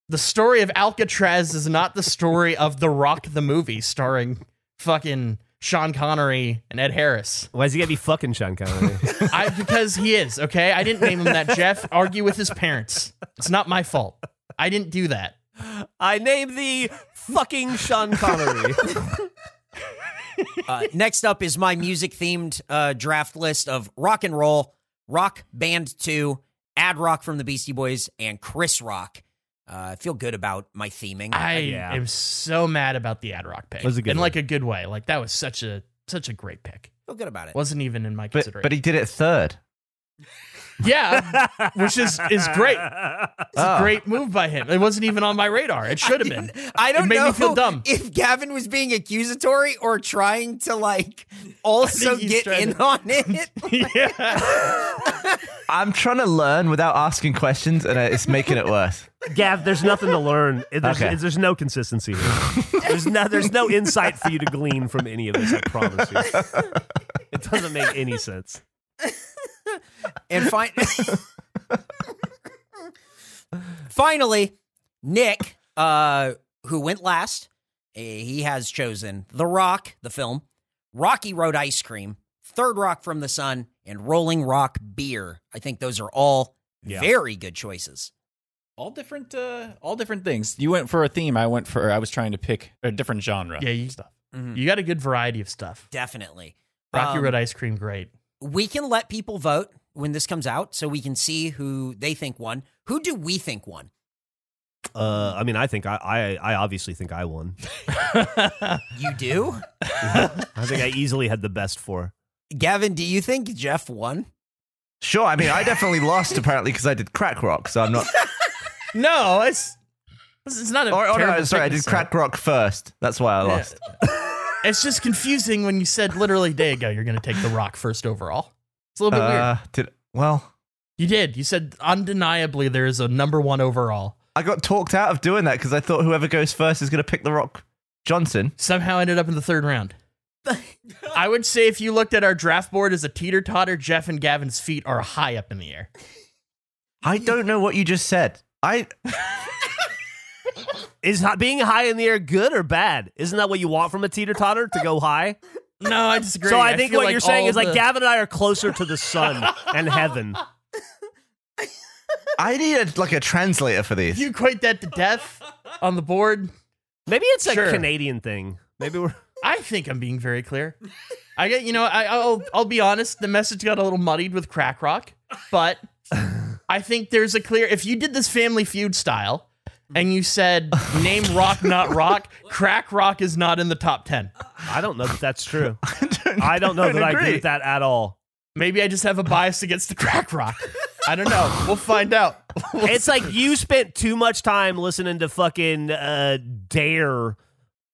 The story of Alcatraz is not the story of The Rock the movie starring fucking Sean Connery and Ed Harris.
Why is he gonna be fucking Sean Connery?
I, because he is, okay? I didn't name him that, Jeff. Argue with his parents. It's not my fault. I didn't do that.
I name the fucking Sean Connery.
Uh, next up is my music themed uh, draft list of rock and roll, rock band two, ad rock from the Beastie Boys, and Chris Rock. Uh, I feel good about my theming.
I
Yeah.
am so mad about the Ad Rock pick.
Was a good
in
one.
like a good way. Like that was such a such a great pick.
feel good about it.
Wasn't even in my
But
consideration.
but he did it third.
yeah, which is is great. It's a
Oh.
great move by him. It wasn't even on my radar. It should have been.
I don't
it made
know
me feel dumb.
if Gavin was being accusatory or trying to like also
he's
get
trying
in
to-
on it.
yeah.
I'm trying to learn without asking questions and it's making it worse.
Gav, there's nothing to learn. There's,
Okay.
there's no consistency here. There's no, there's no insight for you to glean from any of this, I promise you. It doesn't make any sense.
And fi- finally, Nick, uh, who went last, eh, he has chosen The Rock, the film, Rocky Road Ice Cream, Third Rock from the Sun, and Rolling Rock Beer. I think those are all
Yeah.
very good choices.
all different uh all different things you went for a theme i went for i was trying to pick a different genre
yeah, you stuff.
Mm-hmm.
You got a good variety of stuff.
Definitely.
Rocky
Um,
Road ice cream, great.
we can let people vote when this comes out so we can see who they think won. Who do we think won?
Uh, I mean, I think I, I, I obviously think I won.
You do?
I think I easily had the best four.
Gavin, do you think Jeff won?
Sure, I mean I definitely lost apparently because I did crack rock, so I'm not
No, it's it's not a.
or, or no,
terrible
sorry, I
pick
did
to say.
crack rock first. That's why I lost.
It's just confusing when you said literally a day ago you're going to take the Rock first overall. It's a little bit weird.
Uh, did well
You did. You said undeniably there is a number one overall.
I got talked out of doing that because I thought whoever goes first is gonna pick the rock Johnson.
Somehow ended up in the third round. I would say if you looked at our draft board as a teeter totter, Jeff and Gavin's feet are high up in the air.
I don't know what you just said. I
Is hi- being high in the air good or bad? Isn't that what you want from a teeter totter to go high?
No, I disagree.
So I think
feel
what
like
you're saying
all
is like
the-
Gavin and I are closer to the sun and heaven.
I need a, like a translator for these.
You equate that to death on the board.
Maybe it's a
Sure.
Canadian thing. Maybe we're
I think I'm being very clear. I get, you know, I, I'll I'll be honest. The message got a little muddied with crack rock, but I think there's a clear. If you did this Family Feud style, and you said name rock not rock, crack rock is not in the top ten.
I don't know that that's true. I don't know
I
that I agree
agree.
with that at all.
Maybe I just have a bias against the crack rock. I don't know. We'll find out.
It's like you spent too much time listening to fucking uh, dare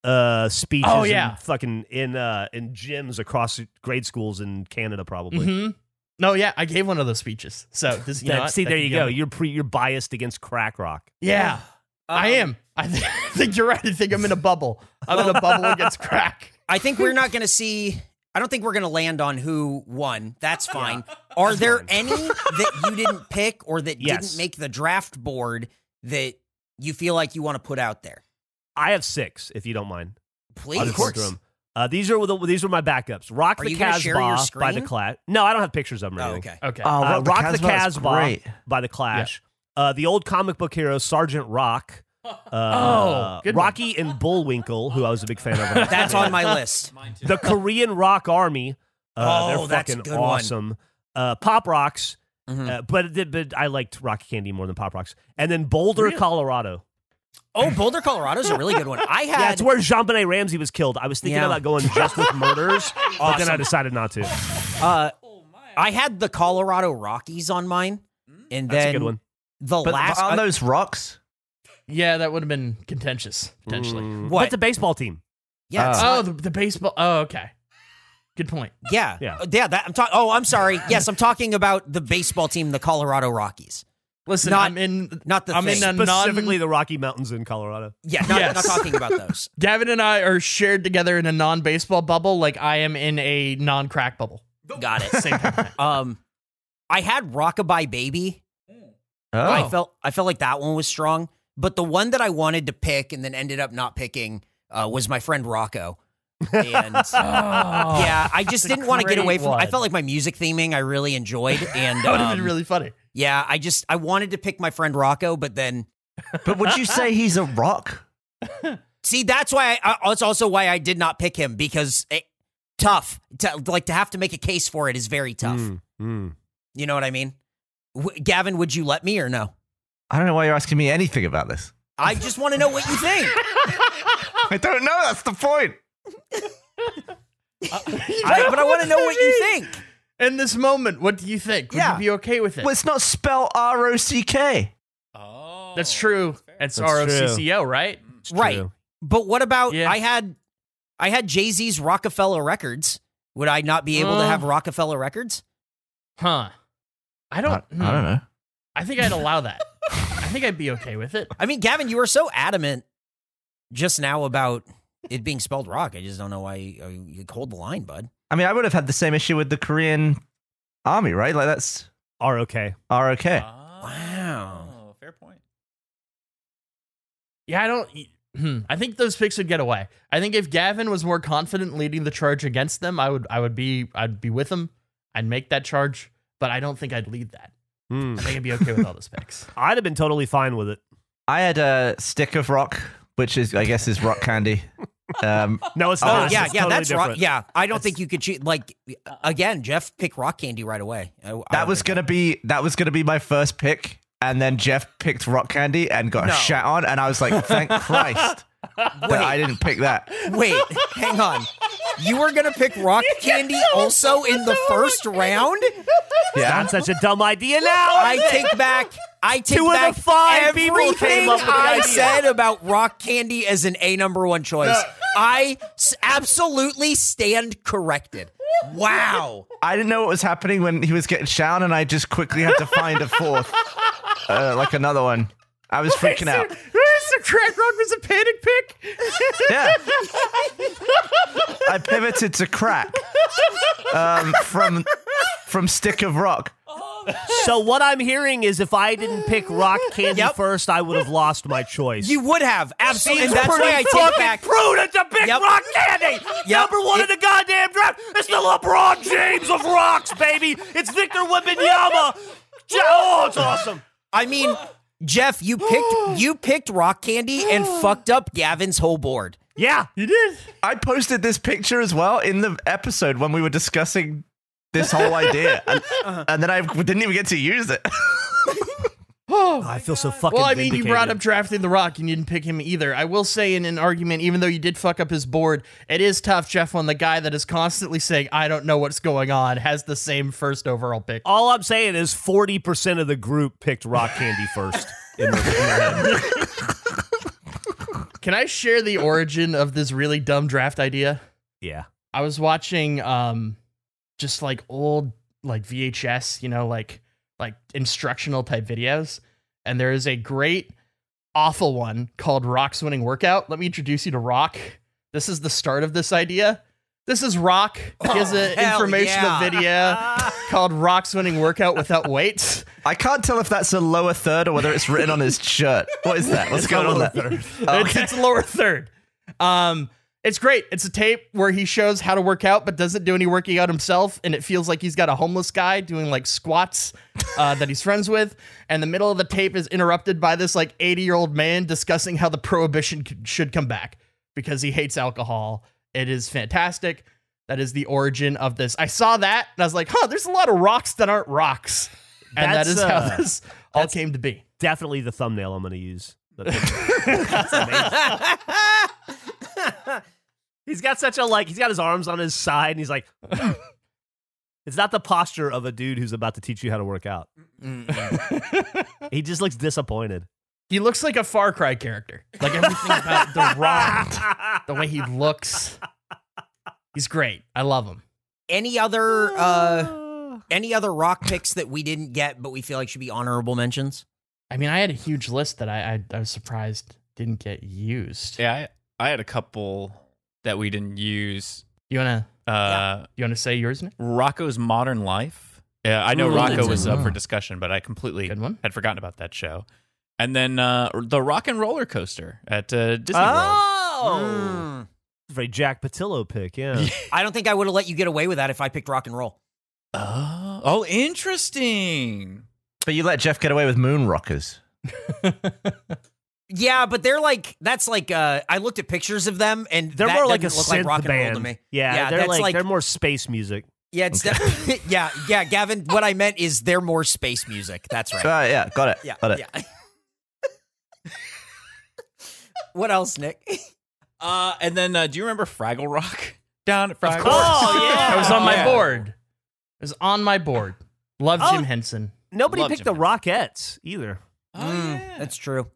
uh, speeches.
Oh, yeah.
in fucking in uh, in gyms across grade schools in Canada, probably.
Mhm. No, yeah, I gave one of those speeches. So this, you know
Mm-hmm. That-
what?
see,
That
there
could
you
be
go.
on-
You're pre, you're biased against crack rock.
Yeah, I
Um,
am. I, th- I think you're right. I think I'm in a bubble. I'm in a bubble against crack.
I think
Hmm.
we're not going to see. I don't think we're going to land on who won. That's fine. Are there any that you didn't pick or that
Yes.
didn't make the draft board that you feel like you want to put out there?
I have six, if you don't mind.
Please.
I'll just go through 'em. Uh, these are the, these were my backups. Rock
Are
the
you gonna share your
Casbah by the
screen?
Clash. No, I don't have pictures of them. or
Oh,
anything.
okay.
Okay.
Oh,
Uh,
Rock the
Rock the
Casbah is
Casbah
great.
by the Clash. Uh, the old comic book hero Sergeant Rock. Uh,
Oh, good one.
Rocky and Bullwinkle, who I was a big fan of.
That's on my list.
the Korean Rock Army. Uh,
Oh,
they're
that's a
fucking
good one.
awesome. Uh, Pop Rocks,
Mhm.
uh, but it- but I liked Rocky Candy more than Pop Rocks. And then Boulder, Colorado.
Oh, Boulder, Colorado is a really good one. I had.
Yeah, it's where Jean Benet Ramsey was killed. I was thinking
Yeah.
about going just with murders, but then I decided not to.
uh,
Oh,
I had the Colorado Rockies on mine, and
Hmm? That's
then
a good one.
the
But
last.
aren't
uh,
those rocks?
Yeah, that would have been contentious potentially.
What?
Mm. But it's a baseball team.
yeah, Mm. it's
Oh,
not-
the, the baseball. Oh, okay. Good point.
yeah,
Yeah.
yeah, That I'm talking. Oh, I'm sorry. Yes, I'm talking about the baseball team, the Colorado Rockies.
Listen,
Not-
I'm in.
not the
I'm
thing.
in uh, a
Specifically,
non.
the Rocky Mountains in Colorado.
Yeah, not,
Yes.
not talking about those.
Gavin and I are shared together in a non-baseball bubble, like I am in a non-crack bubble.
Got it.
Same kind of thing.
Um, I had Rockabye Baby. I felt I felt like that one was strong, but the one that I wanted to pick and then ended up not picking uh, was my friend Rocco. And yeah, I
Oh, That's
just
a
didn't want to get
great
away from. I
one.
felt like my music theming I really enjoyed, and
That would have
um,
been really funny.
yeah, I just I wanted to pick my friend Rocco, but then
But would you say he's a rock?
see that's why I, I that's also why I did not pick him because it, tough to, like to have to make a case for it is very tough.
Mm, mm.
You know what I mean? W- Gavin, would you let me or no?
I don't know why you're asking me anything about this.
I just want to know what you think.
I don't know. That's the point.
I- but I want to know what you think.
In this moment, what do you think? Would
Yeah.
you be okay with it?
Well, it's not spell R O C K.
Oh,
That's true. It's
That's
ROCCO, right?
It's
Right.
true.
But what about
Yeah.
I had I had Jay-Z's Rockefeller Records. Would I not be able to
Uh.
have Rockefeller Records?
Huh. I
I,
don't. hmm.
I don't know.
I think I'd allow that. I think I'd be okay with it.
I mean, Gavin, you were so adamant just now about it being spelled rock. I just don't know why you, you hold the line, bud.
I mean, I would have had the same issue with the Korean army, right? Like that's
Are okay.
R O
Uh,
K.
Wow.
Oh. Fair point.
Yeah, I don't. Hmm. I think those picks would get away. I think if Gavin was more confident leading the charge against them, I would. I would be. I'd be with him. I'd make that charge, but I don't think I'd lead that.
Oh,
Mm.
I think I'd be okay with all those picks.
I'd have been totally fine with it.
I had a stick of rock, which is, I guess, is rock candy. Um,
No, it's
Oh
not.
yeah,
It's
yeah,
totally
that's
different.
rock. Yeah, I don't think you could choose. Like again, Jeff picked rock candy right away. I- I
that
don't
was
think
gonna be that was gonna be my first pick, and then Jeff picked rock candy and got
No.
shat on, and I was like, thank Christ that I didn't pick that.
Wait, hang on. You were gonna pick rock candy also in the first round?
Yeah,
That's such a dumb idea now.
I take back. I take
Two of the
back
five people
everything
came up with the
I
idea.
said about rock candy as an A number one choice. I s- absolutely stand corrected. Wow.
I didn't know what was happening when he was getting shat on, and I just quickly had to find a fourth, uh, like another one. I was freaking out.
Mr. Crack Rock was a panic pick.
Yeah. I pivoted to crack um, from from stick of rock.
so what I'm hearing is, if I didn't pick rock candy
Yep.
first, I would have lost my choice.
You would have absolutely, and that's why I
fucking
take back.
prudent to pick
Yep.
rock candy.
Yep.
Number one in the goddamn draft. It's the LeBron James of rocks, baby. It's Victor Wembanyama. Ja- Oh, it's awesome.
I mean, Jeff, you picked you picked rock candy and fucked up Gavin's whole board.
Yeah.
You did.
I posted this picture as well in the episode when we were discussing this whole idea, and,
Uh-huh.
and then I didn't even get to use it.
I feel so fucking.
Well, I mean, you brought
vindicated.
up drafting the Rock and you didn't pick him either. I will say, in an argument, even though you did fuck up his board, it is tough, Jeff, when the guy that is constantly saying "I don't know what's going on" has the same first overall pick.
All I'm saying is 40% of the group picked rock candy first. in their, in their head.
Can I share the origin of this really dumb draft idea?
Yeah.
I was watching um just like old like VHS, you know, like like instructional type videos, and there is a great awful one called Rock's Winning Workout. Let me introduce you to Rock. This is the start of this idea. This is Rock. He has an
Oh, hell
informational
yeah.
video called Rock's Winning Workout Without Weights.
I can't tell if that's a lower third or whether it's written on his shirt. What is that? What's going on there?
Oh,
It's, it's lower third. Um, it's great. It's a tape where he shows how to work out, but doesn't do any working out himself, and it feels like he's got a homeless guy doing like squats uh, that he's friends with. And the middle of the tape is interrupted by this like eighty-year-old man discussing how the prohibition c- should come back because he hates alcohol. It is fantastic. That is the origin of this. I saw that and I was like, "Huh, there's a lot of rocks that aren't rocks," and
That's,
that is
uh,
how this all came to be.
Definitely the thumbnail I'm going to use. The picture. he's got such a like, he's got his arms on his side and he's like, "Hmm." it's not the posture of a dude who's about to teach you how to work out. he just looks disappointed.
He looks like a Far Cry character. Like everything about the rock, the way he looks. He's great. I love him.
Any other uh any other rock picks that we didn't get but we feel like should be honorable mentions?
I mean, I had a huge list that I I, I was surprised didn't get used.
Yeah, I, I had a couple that we didn't use.
You wanna
Uh,
you wanna say yours Nick?
Rocco's Modern Life. Yeah, I know
Ooh,
Rocco
that's
was
a-
up for discussion, but I completely
Good one.
had forgotten about that show. And then uh, the Rock and Roller Coaster at uh, Disney
Ah.
World.
Oh. Very Jack Patillo pick, yeah.
Hmm. I don't think I would have let you get away with that if I picked rock and roll.
Oh, oh, interesting.
But you let Jeff get away with moon rockers.
Yeah, but they're like that's like uh I looked at pictures of them and
They're
that
more like a
doesn't look
synth
like rock and
band.
roll to me.
Yeah, they're
that's
like, they're more space music.
yeah, it's def- yeah, yeah, Gavin. What I meant is they're more space music. That's right.
Ah, yeah, got it.
Yeah,
got it.
yeah. what else, Nick?
Uh, and then uh, do you remember Fraggle Rock down at Fraggle?
course.
Rock?
Oh,
I was on my
Yeah.
board. It was on my board. Love
Oh.
Jim Henson.
Nobody
Love
picked
Jim
the Rockettes either.
Oh, yeah.
Hmm, Mm. That's true.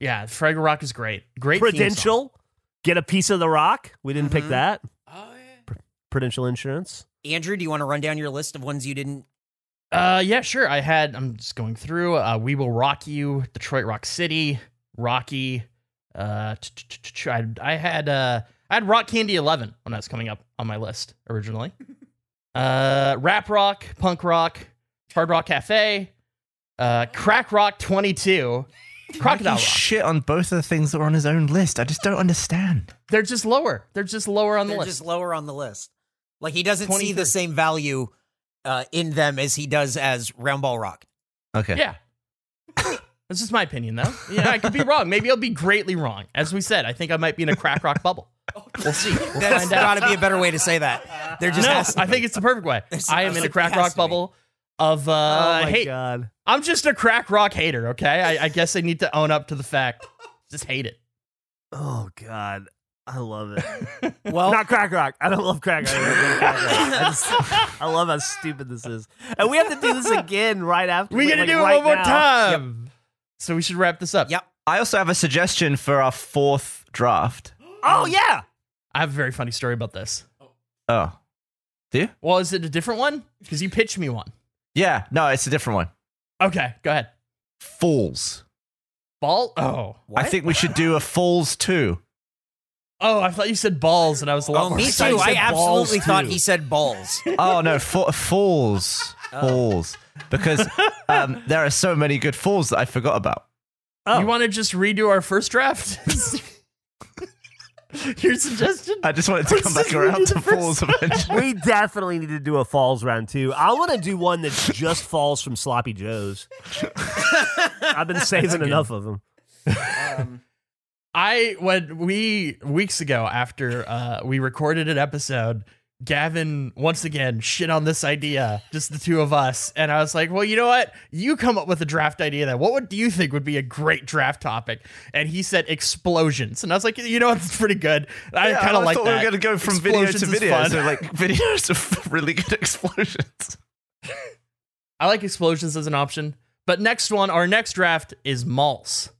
Yeah, Fraggle Rock is great. Great theme song.
Prudential, get a piece of the rock. We didn't pick
Mhm.
that.
Oh, yeah.
Prudential Insurance.
Andrew, do you want to run down your list of ones you didn't?
Uh, yeah, sure. I had. I'm just going through. Uh, we will rock you. Detroit Rock City. Rocky. Uh, t- t- t- t- I I had. Uh, I had Rock Candy Eleven when that was coming up on my list originally. Uh, rap rock, punk rock, hard rock cafe, uh, crack rock twenty two, crocodile
He
rock.
shit on both of the things that were on his own list. I just don't understand.
They're just lower. They're just lower on the
They're
list.
just lower on the list. Like he doesn't see
23rd.
the same value uh, in them as he does as Roundball Rock.
Okay.
Yeah. That's just my opinion, though. Yeah, I could be wrong. Maybe I'll be greatly wrong. As we said, I think I might be in a crack rock bubble. We'll see. We'll
That's
find out.
got to be a better way to say that. They're just
no,
has to
I
be.
think it's the perfect way.
There's-
I am in a crack
has
rock
to be.
bubble of uh,
oh my
hate.
god.
I'm just a crack rock hater. Okay, I, I guess I need to own up to the fact. Just hate it.
Oh god. I love it.
well.
Not crack rock. I don't love crack rock. I, love crack rock. I just- I love how stupid this is. And we have to do this again right after.
We
like,
gotta do it
right
one more
now.
time. So we should wrap this up.
yep.
I also have a suggestion for our fourth draft.
Oh yeah.
I have a very funny story about this.
Oh.
Well, is it a different one? Because you pitched me one.
Yeah, no, it's a different one.
Okay, go ahead.
Falls.
Ball. Oh.
I think we should do a Falls 2.
Oh, I thought you said balls, and I was a lot
Oh,
more
me
excited.
too. I
You said balls,
absolutely thought
too.
he said balls.
Oh, no, fa- Falls. Falls. Because um, there are so many good Falls that I forgot about.
Oh.
You want to just redo our first draft? Your suggestion?
I just wanted to come back around to falls eventually.
We definitely need to do a falls round too. I want to do one that's just falls from sloppy joes. I've been saving enough of them.
I when we weeks ago after uh, we recorded an episode, Gavin once again shit on this idea, just the two of us, and I was like, "Well, you know what? You come up with a draft idea. Then what would do you think would be a great draft topic?" And he said explosions, and I was like, "You know what? It's pretty good. I
Yeah,
kind of like
thought
that."
we were going to go from video
Explosions
to
is
video.
fun.
So like videos of really good explosions.
I like explosions as an option. But next one, our next draft is malls,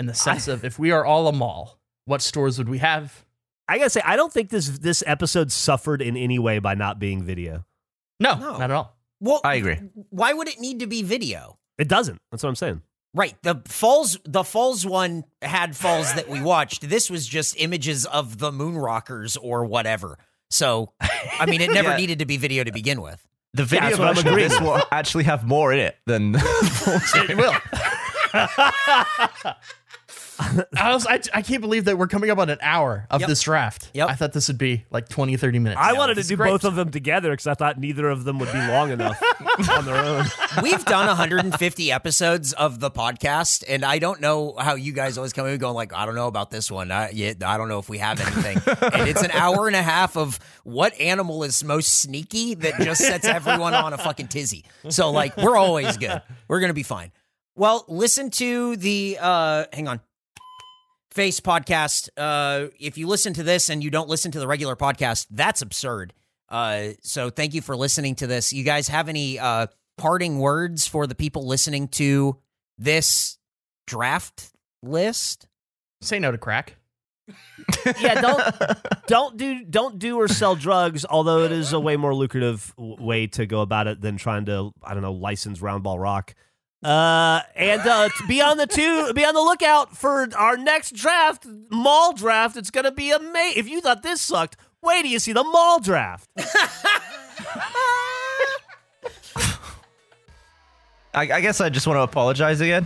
in the sense of if we are all a mall, what stores would we have?
I gotta say, I don't think this this episode suffered in any way by not being video.
No,
No.
not at all.
Well,
I agree.
Why would it need to be video?
It doesn't. That's what I'm saying.
Right. The falls the falls one had falls that we watched. This was just images of the moon rockers or whatever. So I mean it never
Yeah.
needed to be video to begin with.
The video
that's what I'm
version of
agreeing
this will actually have more in it than
It will. I, was, I, I can't believe that we're coming up on an hour of
Yep.
this draft.
Yep.
I thought this would be like 20, 30 minutes.
I wanted to
this
do
is great.
both of them together because I thought neither of them would be long enough on their own.
We've done 150 episodes of the podcast, and I don't know how you guys always come in going like, I don't know about this one. I, yeah, I don't know if we have anything. and it's an hour and a half of what animal is most sneaky that just sets everyone on a fucking tizzy. So like, we're always good. We're gonna be fine. Well, listen to the uh, hang on. Face podcast. Uh, if you listen to this and you don't listen to the regular podcast, that's absurd. Uh, so thank you for listening to this. You guys have any uh, parting words for the people listening to this draft list?
Say no to crack.
yeah, don't don't do don't do or sell drugs. Although it is a way more lucrative w- way to go about it than trying to I don't know license Roundball Rock. Uh, and uh, t- be on the two be on the lookout for our next draft mall draft. It's gonna be amazing. If you thought this sucked, wait till you see the mall draft.
I, I guess I just want to apologize again.